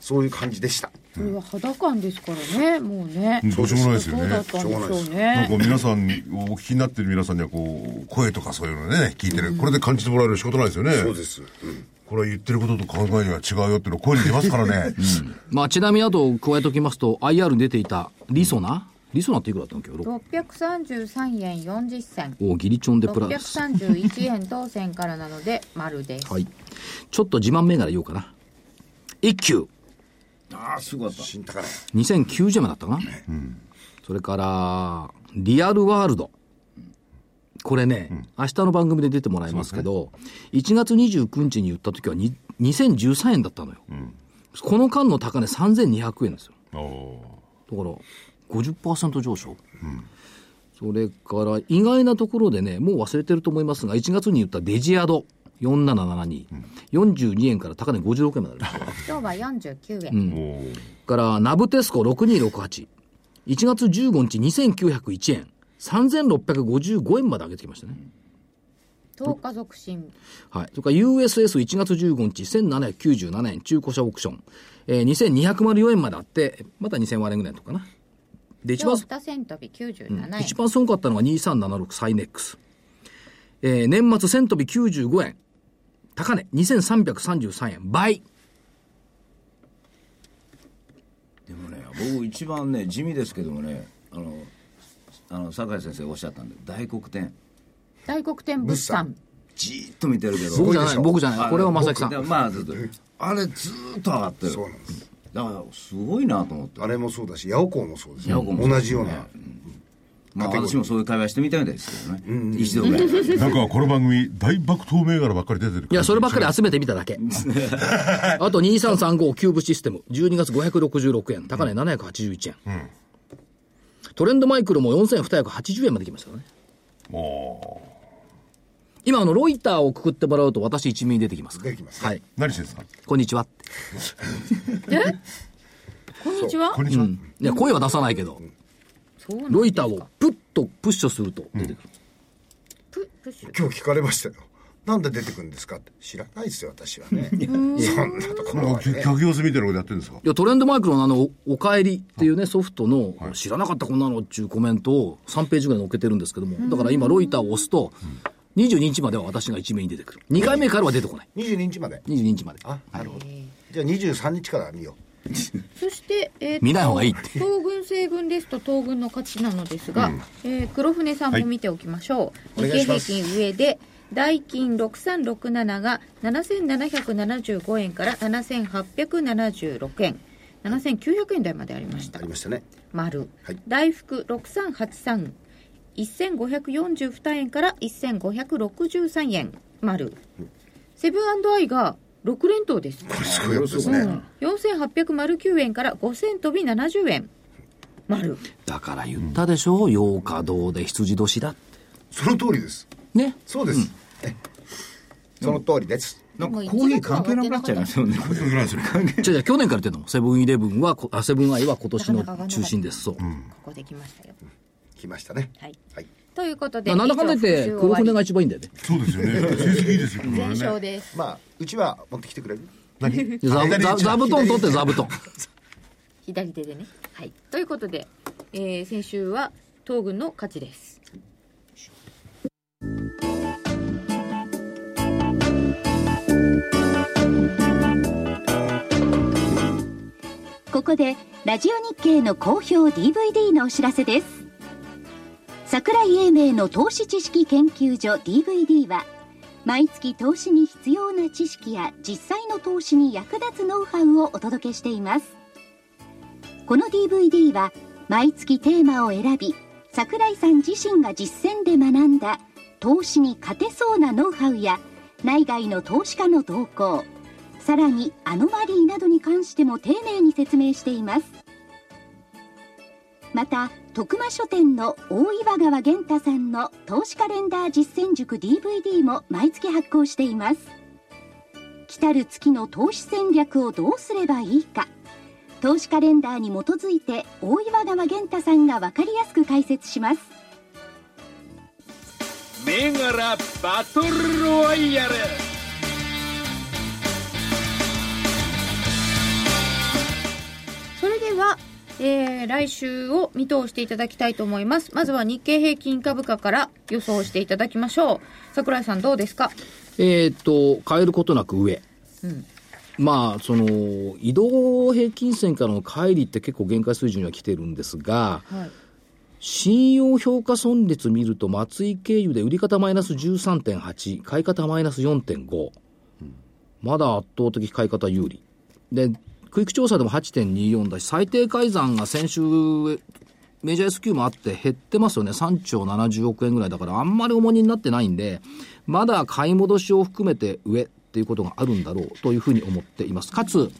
Speaker 4: そういう感じでした、
Speaker 1: これは肌感ですからね、もうね。
Speaker 5: どうしようもないですよ
Speaker 1: そうだ
Speaker 5: ね
Speaker 1: っ。たんでしょう
Speaker 5: なん
Speaker 1: ね。
Speaker 5: か皆さんに、お聞きになってる皆さんには、こう、声とかそういうのね、聞いてる。これで感じてもらえる仕事ないですよね。
Speaker 4: そうです、うん
Speaker 5: これは言ってることと考えが違うよっていうの声に出ますからね。
Speaker 2: まあ、ちなみにあと加えておきますと、IR に出ていたリソナリソナっていくらだったの今日ろ
Speaker 1: 六百三十三円四十銭。
Speaker 2: おギリチョンでプ
Speaker 1: 六
Speaker 2: ラ
Speaker 1: 百
Speaker 2: ス。
Speaker 1: 三十一円当選からなので丸です。
Speaker 2: はい。ちょっと自慢銘柄言おうかな。一休。
Speaker 3: ああ、すごかった。
Speaker 4: 新高値
Speaker 2: 2090円だったかな、それから、リアルワールド。これね、明日の番組で出てもらいますけど、1月29日に言った時はに2013円だったのよ。この間の高値3200円ですよ。
Speaker 5: おー
Speaker 2: だから、50%上昇。それから、意外なところでね、もう忘れてると思いますが、1月に言ったデジアド4772、42円から高値56円まであります。
Speaker 1: 今日は四十九円。
Speaker 5: おー
Speaker 2: から、ナブテスコ6268。1月15日2901円。3655円まで上げてきましたね。
Speaker 1: 十日続進。
Speaker 2: はい。それから USS1 月15日1797円中古車オークション。えー、2204円まであって、また2000割れぐらいのとこかな。で、一
Speaker 1: 今
Speaker 2: 番
Speaker 1: 日、二千飛び九十七円
Speaker 2: 一。番すごかったのが2376サイネックス。えー、年末1000飛び95円。高値2333円。倍。
Speaker 3: でもね、僕一番ね、地味ですけどもね、あの、あの、酒井先生おっしゃったんで、大黒天。
Speaker 1: 大黒天物産。
Speaker 3: じーっと見てるけど。
Speaker 2: 僕じゃない、僕じゃな
Speaker 3: あ
Speaker 2: い。
Speaker 3: の
Speaker 2: これは正木さん。
Speaker 3: 僕まあ、ずっとあれずーっと上がってる。
Speaker 4: そうなんです
Speaker 3: だから、すごいなと思って。
Speaker 4: あれもそうだし八百幸もそうです
Speaker 3: ヤ
Speaker 4: よ
Speaker 3: オコもそう
Speaker 4: 同
Speaker 3: です
Speaker 4: じ
Speaker 3: ね
Speaker 4: ような
Speaker 3: まあ、
Speaker 4: カテゴリー
Speaker 3: 私もそういう会話してみたいですけどね。一度ぐらい。
Speaker 5: なんかこの番組、大爆投銘柄ばっかり出てる感
Speaker 2: い
Speaker 5: じ
Speaker 2: や、そればっかり集めてみただけ。あと2335キューブシステム、12月566円、高値781円。トレンドマイクロも4280円まで来ましたからね。
Speaker 5: おー
Speaker 2: 今、あの、ロイターをくくってもらうと私一味出てきますから。
Speaker 4: 出てきますね
Speaker 2: はい。
Speaker 5: 何してんですか
Speaker 2: こんにちはって。
Speaker 1: こんにちは
Speaker 5: こ。んにちは。
Speaker 2: いや、声は出さないけど、
Speaker 1: そうなん
Speaker 2: ロイターをプッとプッシュすると出てくる。
Speaker 1: ププッシュ。
Speaker 4: 今日聞かれましたよなんで出てくるんですかって知らないですよ私はねそんなところ
Speaker 5: なん
Speaker 4: は
Speaker 5: か客
Speaker 4: ね
Speaker 5: 客様子見てることやってるんですか
Speaker 2: いや、トレンドマイクロのあの、おお帰りっていうね、ソフトの、知らなかったこんなのっていうコメントを3ページぐらい載っけてるんですけども、だから今、ロイターを押すと、22日までは私が一面に出てくる。2回目からは出てこない。
Speaker 4: 22日まで
Speaker 2: 22日まで。
Speaker 4: あなるほどじゃあ23日から見よ
Speaker 1: そして、えーと
Speaker 2: 見ない方がいいって
Speaker 1: 東軍西軍ですと東軍の勝ちなのですが、えー黒船さんも見ておきましょう、
Speaker 4: はい
Speaker 1: 日経平均上で代金6367が7775円から7876円7900円台までありまし
Speaker 4: う
Speaker 1: た
Speaker 4: ありましたね
Speaker 1: 丸、
Speaker 4: はい
Speaker 1: 大福6383 1542円から1563円丸セブンアイが6連投です
Speaker 4: すごいことですね、
Speaker 1: 4809円から5000飛び70円丸
Speaker 2: だから言ったでしょ、洋華堂で羊年だって。
Speaker 4: その通りです
Speaker 2: ね。
Speaker 4: そうです、えその通りです、
Speaker 3: なんかコーヒー関係なくなっちゃいますよね。これぐらいする関係
Speaker 2: じゃあ去年から言ってんのセブンイレブンはこ、あセブンアイは今年の中心です。そう。
Speaker 1: ここできましたよ、
Speaker 4: 来ましたね
Speaker 1: はい、
Speaker 4: はい
Speaker 1: ということで
Speaker 2: なんだかんだ言って、
Speaker 1: 以上
Speaker 2: 黒船
Speaker 1: 復習終わ
Speaker 2: が一番いいんだよね。
Speaker 5: そうですよね。成績いいですよ、こ
Speaker 1: り
Speaker 5: れ
Speaker 1: 全勝
Speaker 5: ね。
Speaker 1: です
Speaker 4: まあうちは持ってきてくれる
Speaker 5: 何
Speaker 2: 座座座布団取って座布団。
Speaker 1: 左手でねはいということで、えー先週は東軍の勝ちです
Speaker 6: こでラジオ日経の好評 DVD のお知らせです桜井英明の投資知識研究所 DVD は毎月投資に必要な知識や実際の投資に役立つノウハウをお届けしていますこの DVD は毎月テーマを選び桜井さん自身が実践で学んだ投資に勝てそうなノウハウや内外の投資家の動向さらにアノマリーなどに関しても丁寧に説明していますまた徳間書店の大岩川源太さんの投資カレンダー実践塾 DVD も毎月発行しています来たる月の投資戦略をどうすればいいか投資カレンダーに基づいて大岩川源太さんが分かりやすく解説します
Speaker 7: 銘柄バトルロワイヤル
Speaker 1: それでは、えー来週を見通していただきたいと思います。まずは日経平均株価から予想していただきましょう。桜井さんどうですか
Speaker 2: えーっと、変えることなく上。まあ、その、移動平均線からの乖離って結構限界水準には来てるんですが、
Speaker 1: はい
Speaker 2: 信用評価損率見ると、松井経由で売り方マイナス13.8、買い方マイナス4.5。まだ圧倒的買い方有利。で、クイック調査でも8.24だし、最低改ざんが先週、メジャー S q もあって減ってますよね。3兆70億円ぐらいだから、あんまり重荷になってないんで、まだ買い戻しを含めて上っていうことがあるんだろうというふうに思っています。かつ、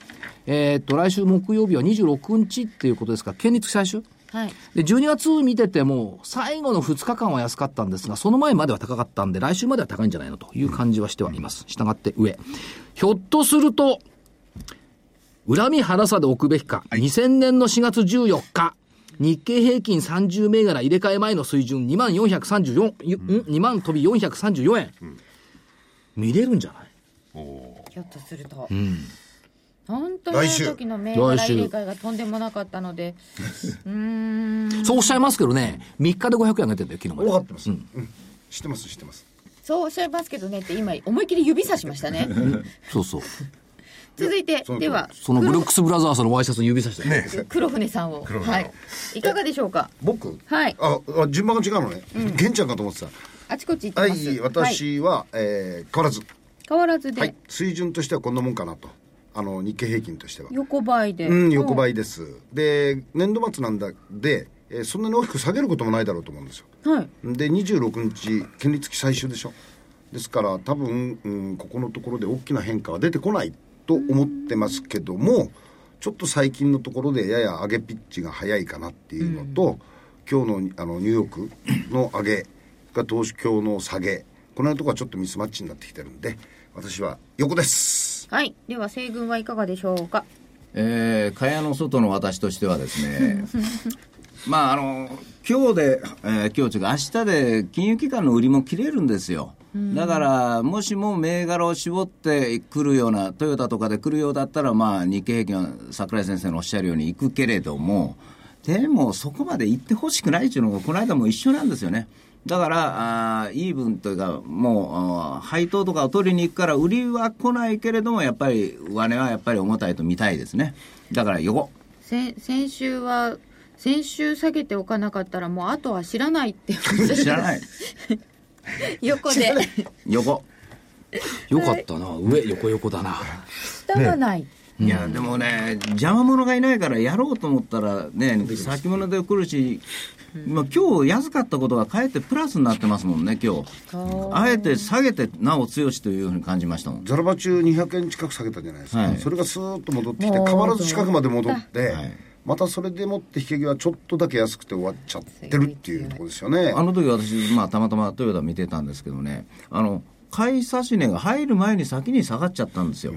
Speaker 2: えーっと、来週木曜日は26日っていうことですか、県立最終
Speaker 1: はい。
Speaker 2: で、12月見てても、最後の2日間は安かったんですが、その前までは高かったんで、来週までは高いんじゃないのという感じはしてはいます。従って上。ひょっとすると、恨み腹さで置くべきか、2000年の4月14日、日経平均30銘柄入れ替え前の水準2万434、2万飛び434円。見れるんじゃない
Speaker 1: ひょっとすると。本当にあ
Speaker 4: 来
Speaker 1: の
Speaker 4: 週
Speaker 1: 時の銘柄
Speaker 2: 来週
Speaker 1: 入れ替えがとんでもなかったので、うーん、
Speaker 2: そうおっしゃいますけどね、3日で500円上げてんだよ、昨日まで。
Speaker 4: 分かってます、うん知ってます知ってます
Speaker 1: そうおっしゃいますけどねって今思いっきり指さしましたね。
Speaker 2: そうそう。
Speaker 1: 続いて、では、
Speaker 2: そのブルックスブラザーズのワイシャツに指さして。
Speaker 1: 黒船さんを。
Speaker 5: 船さんを
Speaker 1: はい。いかがでしょうか
Speaker 4: 僕
Speaker 1: はい。
Speaker 4: ああ順番が違うのね玄、ちゃんかと思ってた
Speaker 1: あちこち行っ
Speaker 4: は
Speaker 1: てます。
Speaker 4: い、私は、えー変わらず、
Speaker 1: い変わらずで、
Speaker 4: はい、水準としてはこんなもんかなと、あの日経平均としては。
Speaker 1: 横ばいで。
Speaker 4: うん、横ばいです。で、年度末なんだで、えーそんなに大きく下げることもないだろうと思うんですよ。
Speaker 1: うん。はい。
Speaker 4: で、26日、権利付き最終でしょ。ですから、多分、うん、ここのところで大きな変化は出てこないと思ってますけども、ちょっと最近のところでやや上げピッチが早いかなっていうのと、今日のあのニューヨークの上げが投資協の下げ、この辺のところはちょっとミスマッチになってきてるんで、私は横です。
Speaker 1: はい。では、西軍はいかがでしょうか
Speaker 3: えー、蚊帳の外の私としてはですねまああの今日で、えー今日というか明日で金融機関の売りも切れるんですよだからもしも銘柄を絞ってくるようなトヨタとかで来るようだったらまあ日経平均は桜井先生のおっしゃるように行くけれどもでもそこまで行ってほしくないっていうのがこの間も一緒なんですよねだからあーイーブンというかもうあー配当とかを取りに行くから売りは来ないけれどもやっぱり上値はやっぱり重たいと見たいですねだから横
Speaker 1: 先先週は、先週下げておかなかったら、もうあ *laughs* とは知らないって言って
Speaker 3: 知らない
Speaker 1: 横で。
Speaker 3: 横
Speaker 2: よかったな、上横横だな。
Speaker 1: 下がない。
Speaker 3: いやでもね邪魔者がいないからやろうと思ったらね先物で来るし、まあ、今日安かったことがかえってプラスになってますもんね今日あえて下げてなお強しというふうに感じましたもん
Speaker 4: ザラバ中200円近く下げたんじゃないですか、
Speaker 3: はい
Speaker 4: それがスーッと戻ってきて
Speaker 1: もう
Speaker 4: 変わらず近くまで戻って、
Speaker 3: はい
Speaker 4: またそれでもって引け際ちょっとだけ安くて終わっちゃってるっていうところですよね
Speaker 3: あの時私、まあ、たまたまトヨタ見てたんですけどね、あの、買い差し値が入る前に先に下がっちゃったんですよ。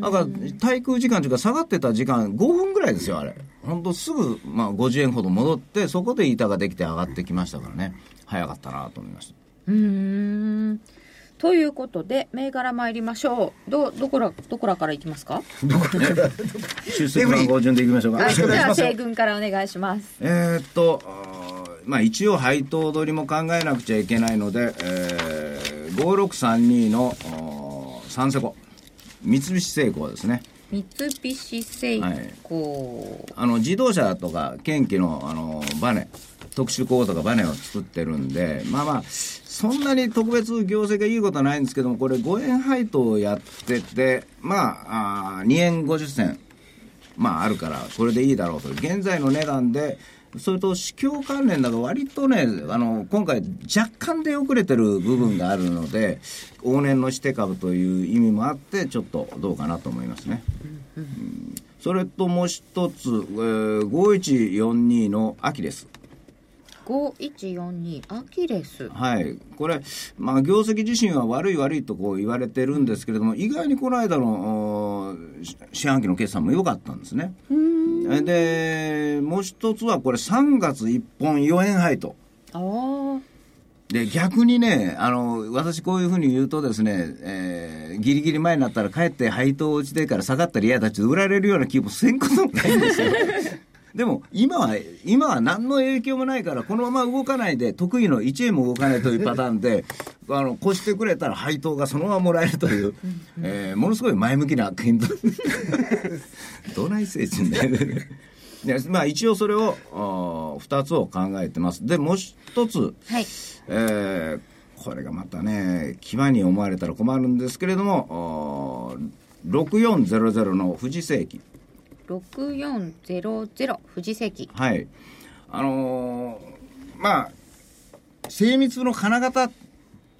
Speaker 3: だから、滞空時間というか、下がってた時間、5分ぐらいですよ、あれ。ほんとすぐ、まあ、50円ほど戻って、そこで板ができて上がってきましたからね、早かったなと思いました。
Speaker 1: うーん。ということで、銘柄参りましょう。ど、どこら、どこらからいきますか
Speaker 3: 出席番号順でいきましょうか。
Speaker 1: はい。じゃあ、西軍からお願いします。
Speaker 3: *laughs* えーっと、あーまあ、一応配当取りも考えなくちゃいけないので、えー5632のあーサンセコ、三菱製鋼ですね。
Speaker 1: 三菱製鋼、
Speaker 3: あの自動車とか県機のあのバネ特殊工とかバネを作ってるんでまあまあそんなに特別業績がいいことはないんですけどもこれ5円配当をやっててまああー2円50銭まああるからこれでいいだろうと現在の値段でそれと市況関連だが割とねあの今回若干出遅れてる部分があるので往年のして株という意味もあってちょっとどうかなと思いますね。それともう一つ、えー、5142の秋です。
Speaker 1: 5142アキレス
Speaker 3: はい、これ、まあ、業績自身は悪い悪いとこう言われてるんですけれども、意外にこの間のおーし四半期の決算も良かったんですね。で、もう一つはこれ、3月1本4円配当。
Speaker 1: ああ
Speaker 3: で逆にねあの、私、こういうふうに言うと、ですね、えー、ギリギリ前になったら、帰って配当落ちてから下がったり嫌だって売られるような気もせんこともないんですよ。 *laughs* でも今は、今は何の影響もないから、このまま動かないで、得意の1円も動かないというパターンで、 *laughs* あの越してくれたら配当がそのままもらえるという、えーものすごい前向きな検討 *laughs* どない精神だよね。いやまあ、一応それを2つを考えてます。で、もう一つ、
Speaker 1: はい
Speaker 3: えーこれがまたね、牙に思われたら困るんですけれども、おー6400の富士世紀。
Speaker 1: 6400富士石
Speaker 3: はい。あのーまあ、精密の金型っ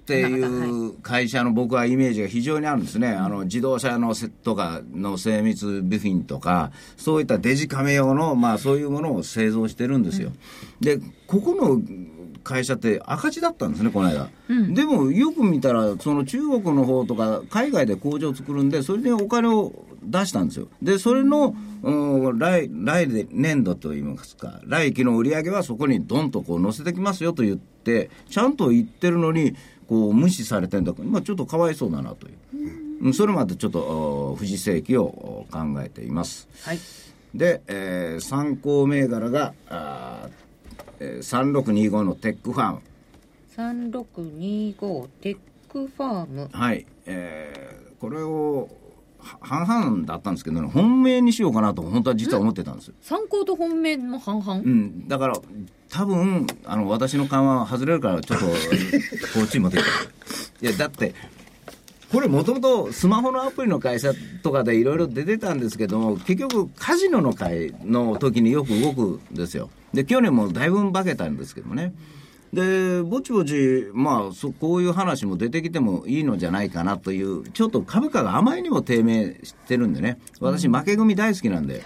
Speaker 3: ていう会社の僕はイメージが非常にあるんですね。あの、自動車のせとかの精密部品とか、そういったデジカメ用の、まあそういうものを製造してるんですよ。で、ここの会社って赤字だったんですね、この間。でもよく見たら、その中国の方とか海外で工場を作るんで、それでお金を出したんですよ。で、それの、うん来、来年度といいますか、来期の売り上げはそこにドンとこう乗せてきますよと言って、ちゃんと言ってるのに、こう無視されてんだから、まあちょっとかわいそうだなという。うんそれまでちょっと、お富士世紀をお考えています。
Speaker 1: はい
Speaker 3: で、えー参考銘柄が、あーえー3625のテックファーム。
Speaker 1: 3625テックファーム
Speaker 3: はい、えーこれをは半々だったんですけどね、本命にしようかなと、本当は実は思ってたんですよ。
Speaker 1: 参考と本命の半々、
Speaker 3: うん、だから、多分あの私の勘は外れるから、ちょっと *laughs* こっち持ってきていや、だって、これ、もともとスマホのアプリの会社とかでいろいろ出てたんですけども、結局、カジノの会の時によく動くんですよ。で、去年もだいぶ化けたんですけどもね。で、ぼちぼち、まあ、そこういう話も出てきてもいいのじゃないかなという、ちょっと株価があまりにも低迷してるんでね、私、負け組大好きなんで、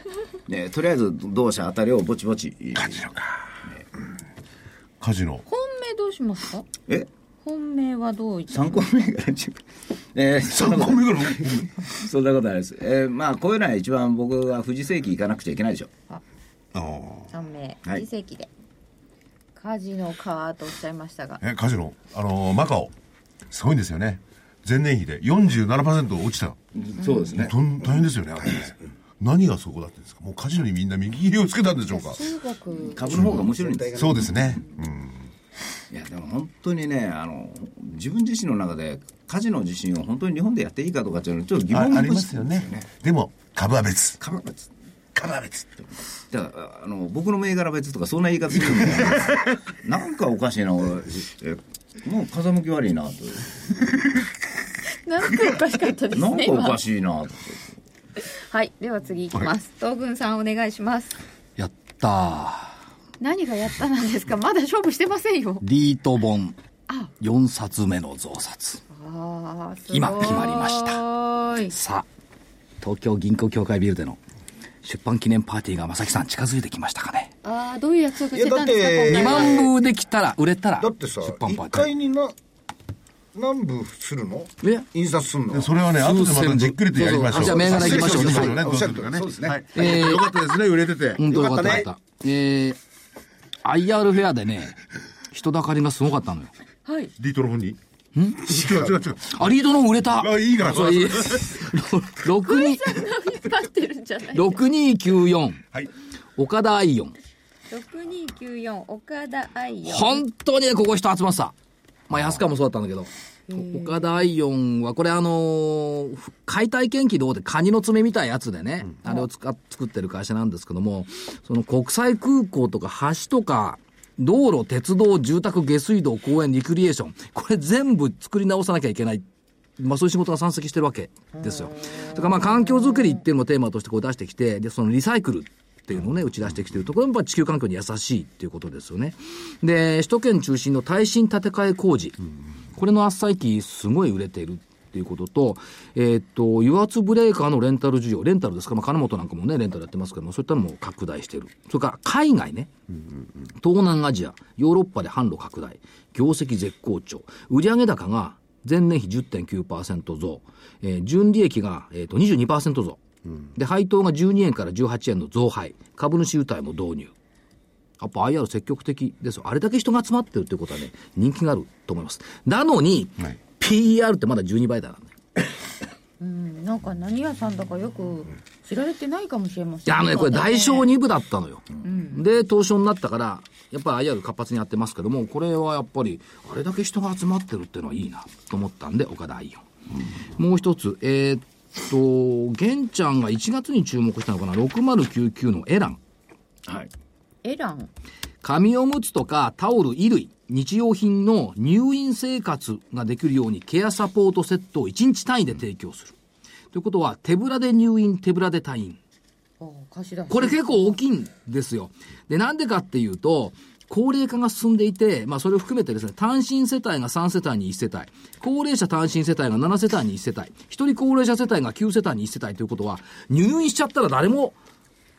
Speaker 3: ね、とりあえず同社あたりをぼちぼち。
Speaker 5: カジノ。
Speaker 1: 本命どうしますか
Speaker 3: え
Speaker 1: 本命はどういった
Speaker 3: 参考銘柄中えー、そんなこと
Speaker 5: 銘柄
Speaker 3: そんなことないです。えー、まあ、こういうのは一番僕は富士世紀行かなくちゃいけないでしょ。
Speaker 5: あー
Speaker 1: 3名
Speaker 3: はい
Speaker 1: 自席で、カジノかとおっしゃいましたが
Speaker 5: え、カジノ、あのーマカオ、すごいんですよね。前年比で47%落ちた。
Speaker 3: そうですね。
Speaker 5: とん大変ですよね、あれね。何がそこだったんですかもうカジノにみんな右利きをつけたんでしょうか
Speaker 1: 中
Speaker 3: *laughs*
Speaker 1: 国
Speaker 3: 株の方が面白いんです
Speaker 5: そうですね。うん。
Speaker 3: いやでも本当にねあの自分自身の中でカジノ自身を本当に日本でやっていいかとかっていうのはちょっと疑
Speaker 5: あ
Speaker 3: 問
Speaker 5: あ
Speaker 3: が
Speaker 5: りますよね。でも、株は別。
Speaker 3: 株は別
Speaker 5: 株は別。
Speaker 3: だからあの僕の銘柄別とかそんな言い方するんじゃないですなんかおかしいな俺えもう風向き悪いなと
Speaker 1: なんかおかしかったです
Speaker 3: な
Speaker 1: ね
Speaker 3: んかおかしいなと
Speaker 1: 今はいでは次いきます、東軍さんお願いします
Speaker 2: やったー
Speaker 1: 何がやったなんですかまだ勝負してませんよ
Speaker 2: リート本4冊目の増刷
Speaker 1: ああすごい
Speaker 2: 今決まりましたさあ東京銀行協会ビルでの出版記念パーティーが正木さん近づいてきましたかね
Speaker 1: ああどういう約束してたんですか
Speaker 4: いやだって
Speaker 2: 2
Speaker 1: 今回は
Speaker 2: 万部できたら売れたら
Speaker 4: だってさ
Speaker 2: 出版パー
Speaker 4: 1
Speaker 2: ティ
Speaker 4: 回にな何部するの
Speaker 2: え
Speaker 4: 印刷するの
Speaker 5: でそれはね、後でまたじっくりとやりましょ
Speaker 2: そ
Speaker 5: う。
Speaker 2: うそうあじゃあ銘柄行きましょう
Speaker 5: そうそう
Speaker 4: はい
Speaker 5: そうそうね
Speaker 4: そうですね
Speaker 5: はい
Speaker 2: えー
Speaker 5: よかったですね、売れてて。
Speaker 2: ー本当よかったよ
Speaker 4: よ
Speaker 2: か
Speaker 4: か
Speaker 2: っ
Speaker 4: ったた
Speaker 2: えー IR フェアでね人だかりがすごかったのよ
Speaker 1: はい *laughs*
Speaker 5: リートの本に。ん違う違う違う。
Speaker 2: あリードの方売れた
Speaker 5: あいいから
Speaker 2: それいい6に
Speaker 1: 引っ張ってるんじゃない
Speaker 2: 6294
Speaker 5: はい。
Speaker 2: 岡田アイオン
Speaker 1: 6294岡田愛よ
Speaker 2: 本当にねここ人集まってたまあ安川もそうだったんだけど岡田アイオンは、これあのーふ解体研機どうでカニの爪みたいなやつでね、あれを使っ作ってる会社なんですけども、その国際空港とか橋とか、道路、鉄道、住宅、下水道、公園、リクリエーション、これ全部作り直さなきゃいけない。まあそういう仕事が山積してるわけですよ。だからまあ環境づくりっていうのをテーマとしてこう出してきて、で、そのリサイクルっていうのをね、打ち出してきてるところもやっぱ地球環境に優しいっていうことですよね。で、首都圏中心の耐震建て替え工事。これの圧災機すごい売れている。っていうことと、えーっと、油圧ブレーカーのレンタル需要、レンタルですか、まあ、金本なんかもね、レンタルやってますけども、そういったのも拡大している。それから海外ね、東南アジア、ヨーロッパで販路拡大、業績絶好調、売上高が前年比10.9%増、えー純利益が、えー、と22%増、で、配当が12円から18円の増配、株主優待も導入。やっぱ IR 積極的ですよ。あれだけ人が集まってるってことはね、人気があると思います。なのに、
Speaker 5: はい
Speaker 2: PER ってまだ12倍だなんだよ
Speaker 1: うん、なんか何屋さんだかよく知られてないかもしれません
Speaker 2: いや、あのね、これ、代償
Speaker 1: に
Speaker 2: 2部だったのよ。で、東証になったから、やっぱり IR 活発にやってますけども、これはやっぱり、あれだけ人が集まってるっていうのはいいなと思ったんで、岡田愛用。もう一つ、えーっと、玄ちゃんが1月に注目したのかな、6099のエラン。
Speaker 3: はい
Speaker 1: エラン
Speaker 2: 紙おむつとかタオル、衣類、日用品の入院生活ができるようにケアサポートセットを1日単位で提供する。ということは、手ぶらで入院、手ぶらで退院。
Speaker 1: あ貸し出し
Speaker 2: これ結構大きいんですよ。で、なんでかっていうと、高齢化が進んでいて、まあそれを含めてですね、単身世帯が3世帯に1世帯、高齢者単身世帯が7世帯に1世帯、一人高齢者世帯が9世帯に1世帯ということは、入院しちゃったら誰も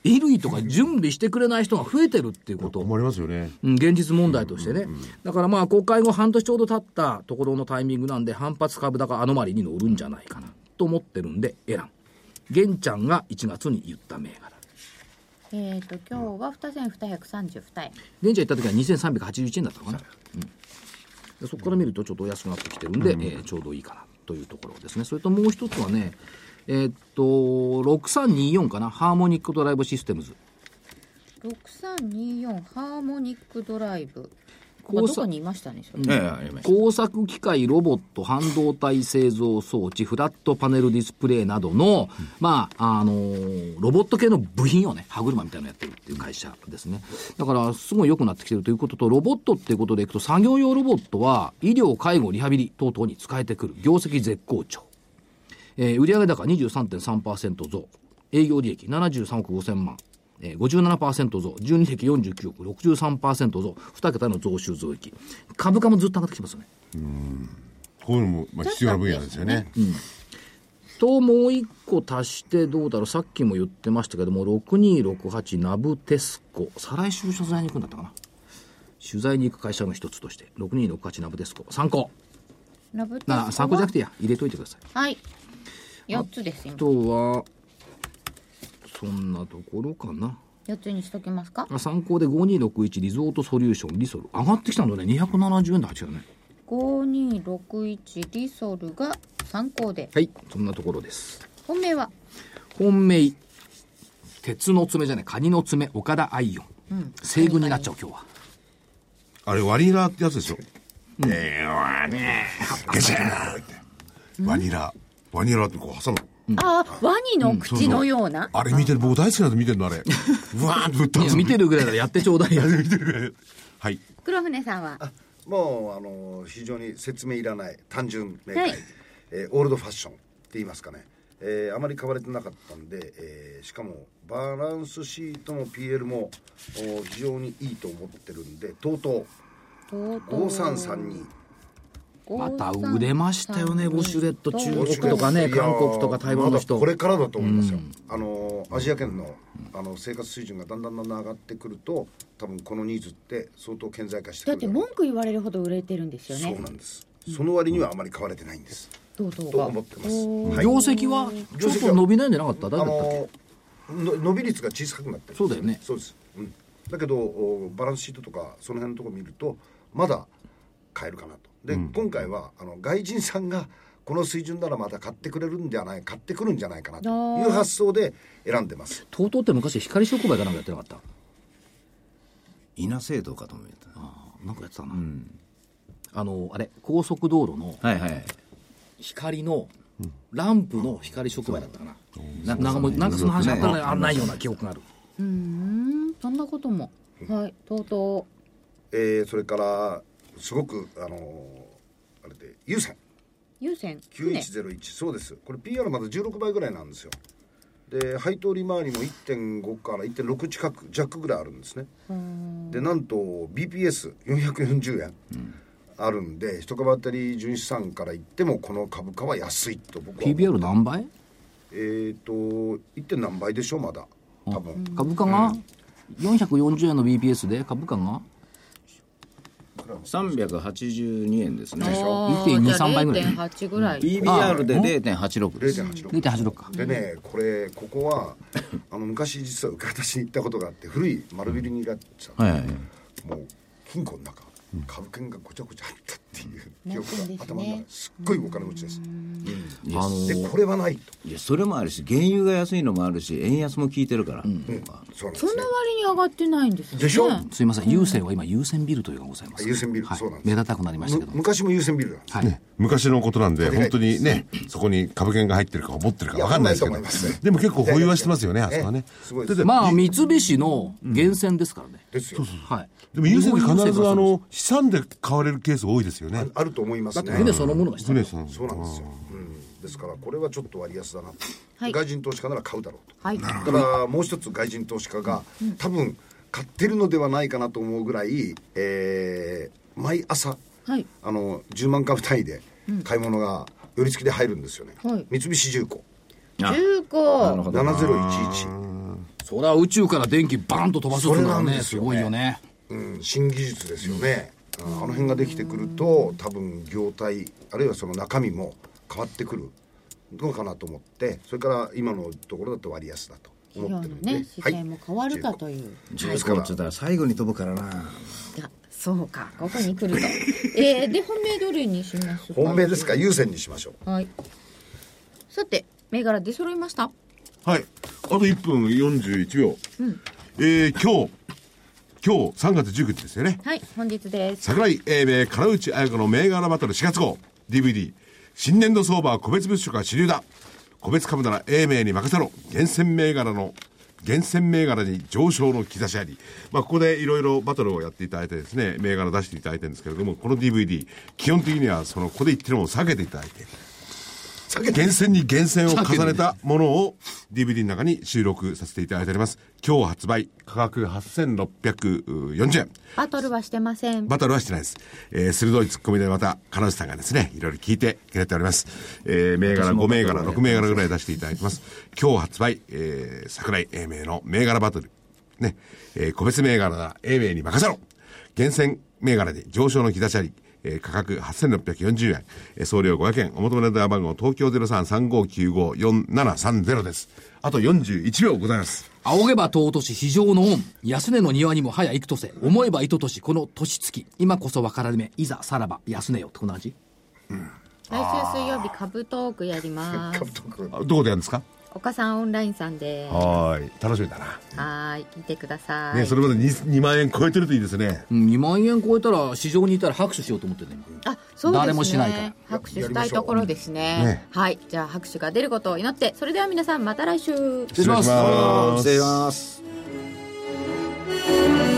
Speaker 2: 衣類とか準備してくれない人が増えてるっていうこと。
Speaker 5: 困りますよね
Speaker 2: うん、現実問題としてね、だからまあ、公開後半年ちょうど経ったところのタイミングなんで、反発株高アノマリーに乗るんじゃないかなと思ってるんで、選ん。玄ちゃんが1月に言った銘柄。
Speaker 1: えっ、と今日は2千232円
Speaker 2: 玄ちゃん行った時は2381円だったのかな、うん、でそこから見るとちょっとお安くなってきてるんで、えーちょうどいいかなというところですねそれともう一つはねえーっと6324かなハーモニックドライブシステムズ
Speaker 1: 6324ハーモニックドライブまあ
Speaker 2: 交
Speaker 1: ど
Speaker 2: 差
Speaker 1: こにいましたねそれ、
Speaker 3: ええありました
Speaker 2: 工作機械、ロボット、半導体製造装置、フラットパネルディスプレイなどの、まあ、あのーロボット系の部品をね、歯車みたいなのやってるっていう会社ですね。だから、すごい良くなってきてるということと、ロボットっていうことでいくと、作業用ロボットは、医療、介護、リハビリ等々に使えてくる。業績絶好調。えー売上高23.3%増、営業利益73億5000万、えー、57%増、純利益49億63%増、2桁の増収増益。株価もずっと上がってきてますよね。
Speaker 5: こういうのも、まあ、必要な分野ですよね
Speaker 2: と、もう一個足してどうだろう、さっきも言ってましたけども、6268ナブテスコ、再来週取材に行くんだったかな。取材に行く会社の一つとして、6268ナブテスコ、参考。
Speaker 1: ラブテス
Speaker 2: な
Speaker 1: は
Speaker 2: 参考じゃなくていいや、入れといてください。
Speaker 1: はい4つです
Speaker 2: あ
Speaker 1: 今
Speaker 2: とは、そんなところかな。
Speaker 1: 4つにしときますか
Speaker 2: あ参考で5261リゾートソリューションリソル上がってきたのでね270円で入ってきたね
Speaker 1: 5261リソルが参考で
Speaker 2: はいそんなところです
Speaker 1: 本命は
Speaker 2: 本命鉄の爪じゃないカニの爪岡田アイオン、西軍になっちゃう今日は
Speaker 5: あれワニラってやつでしょワニラワニラってこう挟む
Speaker 1: あーワニの口のような、
Speaker 5: あれ見てる僕大好きなんです見てる
Speaker 2: *laughs*
Speaker 5: のあれうわーってぶっ
Speaker 2: い
Speaker 5: 飛
Speaker 2: や
Speaker 5: ん
Speaker 2: 見
Speaker 5: で *laughs*
Speaker 2: てるぐらいならやってちょうだいよ
Speaker 5: はい
Speaker 1: 黒船さんは
Speaker 4: もうあの非常に説明いらない単純明快、
Speaker 1: はい
Speaker 4: えーオールドファッションって言いますかね、えーあまり買われてなかったんで、えーしかもバランスシートも PL もお非常にいいと思ってるんでとうと
Speaker 1: 5
Speaker 4: う5332
Speaker 2: また売れましたよねウォシュレット中国とかね
Speaker 4: いやー
Speaker 2: 韓国とか台湾の人
Speaker 4: まだこれからだと思いますよ、あのーアジア圏のあの生活水準がだんだんだんだん上がってくると多分このニーズって相当顕在化してく
Speaker 1: だっ
Speaker 4: る
Speaker 1: て
Speaker 4: だろう
Speaker 1: 文句言われるほど売れてるんですよね
Speaker 4: そうなんですその割にはあまり買われてないんです、
Speaker 1: どうどう
Speaker 4: と
Speaker 1: が
Speaker 4: 思ってます、はい
Speaker 2: 業績はちょっと伸びないんじゃなかった
Speaker 4: あ
Speaker 2: 誰だったっけ
Speaker 4: のの伸び率が小さくなってる
Speaker 2: そうだよね
Speaker 4: そうです、うん、だけどおバランスシートとかその辺のとこ見るとまだ買えるかなとで、今回はあの外人さんがこの水準ならまた買ってくれるんじゃない買ってくるんじゃないかなという発想で選んでます
Speaker 2: とうとうって昔光触媒かなんかやってなかった
Speaker 3: 稲製糖かと思えた
Speaker 2: あなんかやってたな、あの、あれ、高速道路の
Speaker 3: はいはい。
Speaker 2: 光の、ランプの光触媒だったかな。ななんか、なんかその話あったら、あないような記憶がある。
Speaker 1: うーんそんなこともはいとうと
Speaker 4: えーそれからすごくあのーあれで優先
Speaker 1: う優先船
Speaker 4: 9101そうですこれ PR まだ16倍ぐらいなんですよで配当利回りも1.5から1.6近く弱ぐらいあるんですねでなんと BPS440 円あるんで一株当たり純資産から言ってもこの株価は安いと僕は思う
Speaker 2: PBR 何倍
Speaker 4: えっ、と 1. 点何倍でしょうまだ多分
Speaker 2: 株価が、440円の BPS で株価が
Speaker 3: 382円ですね。
Speaker 1: あ
Speaker 2: 1.23
Speaker 1: ーじゃあ
Speaker 2: 倍ぐらい
Speaker 1: 0.8ぐらい
Speaker 3: BBR で0.86です。
Speaker 4: 0.86
Speaker 2: 0.86か。
Speaker 4: でねこれここはあの昔実は受け渡しに行ったことがあって古い丸ビルにいらっしゃって、
Speaker 3: はいはい
Speaker 4: もう金庫の中株券がごちゃごちゃあったっていう記憶
Speaker 1: なってんで
Speaker 4: が
Speaker 1: す
Speaker 4: 頭
Speaker 1: ね
Speaker 4: の中ですっごいお金持ちです
Speaker 3: いや
Speaker 4: でこれはないと
Speaker 3: いやそれもあるし、原油が安いのもあるし、円安も効いてるから。
Speaker 4: そうなんで
Speaker 1: そ
Speaker 4: す
Speaker 1: んな
Speaker 4: ね
Speaker 1: 割に上がってないんですよね
Speaker 4: でしょ
Speaker 2: すいません、優先は今、優先ビルというのがございます、
Speaker 4: あ優先ビル
Speaker 2: はい
Speaker 4: そうなんです
Speaker 2: 目立たなくなりましたけ
Speaker 4: む
Speaker 2: ども。
Speaker 4: 昔も優先ビルなんです、
Speaker 2: はい
Speaker 5: ね、昔のことなんで、
Speaker 4: りが
Speaker 5: 本
Speaker 4: た
Speaker 5: 当
Speaker 4: い
Speaker 5: にね、そこに株券が入ってるか持ってるか分かんないですけど、
Speaker 4: いやわかんないと思いますね
Speaker 5: でも結構保有はしてますよね、
Speaker 4: い
Speaker 5: あそ
Speaker 4: やいや
Speaker 5: こはね。
Speaker 4: すごいです
Speaker 5: だって
Speaker 2: まあ、三菱の源泉ですからね。
Speaker 4: ですよ
Speaker 2: はい。
Speaker 5: でも優先で
Speaker 2: 日本郵
Speaker 5: 必
Speaker 2: 政
Speaker 5: ず
Speaker 2: がそ
Speaker 5: あ
Speaker 2: うです
Speaker 5: の、資産で買われるケース多いですよね。
Speaker 4: あると思いますね
Speaker 2: だって船そのものが必要
Speaker 5: 船さん。
Speaker 4: そうなんですよ、うん、ですからこれはちょっと割安だなと、
Speaker 1: はい
Speaker 4: 外人投資家なら買うだろうと
Speaker 1: はい
Speaker 4: だからもう一つ外人投資家が多分買ってるのではないかなと思うぐらい、えー毎朝
Speaker 1: はい
Speaker 4: あの10万株単位で買い物が寄り付きで入るんですよね、
Speaker 1: はい
Speaker 4: 三菱重工
Speaker 3: あ
Speaker 1: 重工
Speaker 4: 7011、
Speaker 2: それは宇宙から電気バーンと飛ばすっていうのは
Speaker 4: それなん
Speaker 2: ね、
Speaker 4: です
Speaker 2: す
Speaker 4: よね
Speaker 2: ごいよね。
Speaker 4: うん、新技術ですよね、うんあの辺ができてくると多分業態あるいはその中身も変わってくるのかなと思ってそれから今のところだと割安だと思
Speaker 1: 企業
Speaker 4: っ
Speaker 1: の
Speaker 4: てるんで、
Speaker 1: ね姿勢も変わるかという、
Speaker 3: 重工って言ったら最後に飛ぶからな。
Speaker 1: いやそうかここに来るとえー、で本命どれにしますか
Speaker 4: 本命ですか優先にしましょう
Speaker 1: はいさて銘柄出揃いました
Speaker 5: はい。あと1分41秒。えー、今日、今日3月19日ですよね。
Speaker 1: はい本日です
Speaker 5: 桜井英明、金内彩子の銘柄バトル4月号 DVD 新年度相場は個別物色が主流だ個別株なら英明に任せろ厳選銘柄の厳選銘柄に上昇の兆しあり、まあ、ここでいろいろバトルをやっていただいてですね銘柄出していただいてるんですけれどもこの DVD 基本的にはそのここで言ってるものを避けていただいて厳選に厳選を重ねたものを DVD の中に収録させていただいております今日発売価格8640円
Speaker 1: バトルはしてません
Speaker 5: バトルはしてないです。えー鋭い突っ込みでまた、金内さんがですね、いろいろ聞いてくれております。えー銘柄5銘柄、6銘柄ぐらい出していただいてます。今日発売、えー桜井英明の銘柄バトル。ね、えー個別銘柄なら英明に任せろ厳選銘柄で上昇の兆しあり、えー価格8640円、えー送料500円、お求めの電話番号東京0335954730です。あと41秒ございます。
Speaker 2: 仰げば尊し、非常の恩。安値の庭にも早行くとせ。思えば糸とし、この年月。今こそ分かられめ。いざ、さらば、安値よ。ってこんな感じ
Speaker 1: 来週水曜日株トークやり
Speaker 4: *laughs*
Speaker 1: ます
Speaker 5: あどこでやるんですか
Speaker 1: 岡さんオンラインさんでは
Speaker 5: はーい。楽しみだな。
Speaker 1: ーい聞いてください、
Speaker 5: ね、それまで 2, 2万円超えてるといいですね。
Speaker 2: うん2万円超えたら、市場にいたら拍手しようと思ってね。今
Speaker 1: あそうですね
Speaker 2: 誰もしないから
Speaker 1: 拍手したいところですね
Speaker 5: ね
Speaker 1: はいじゃあ拍手が出ることを祈ってそれでは皆さんまた来週
Speaker 2: 失礼します。
Speaker 5: 失礼します
Speaker 3: 失礼します。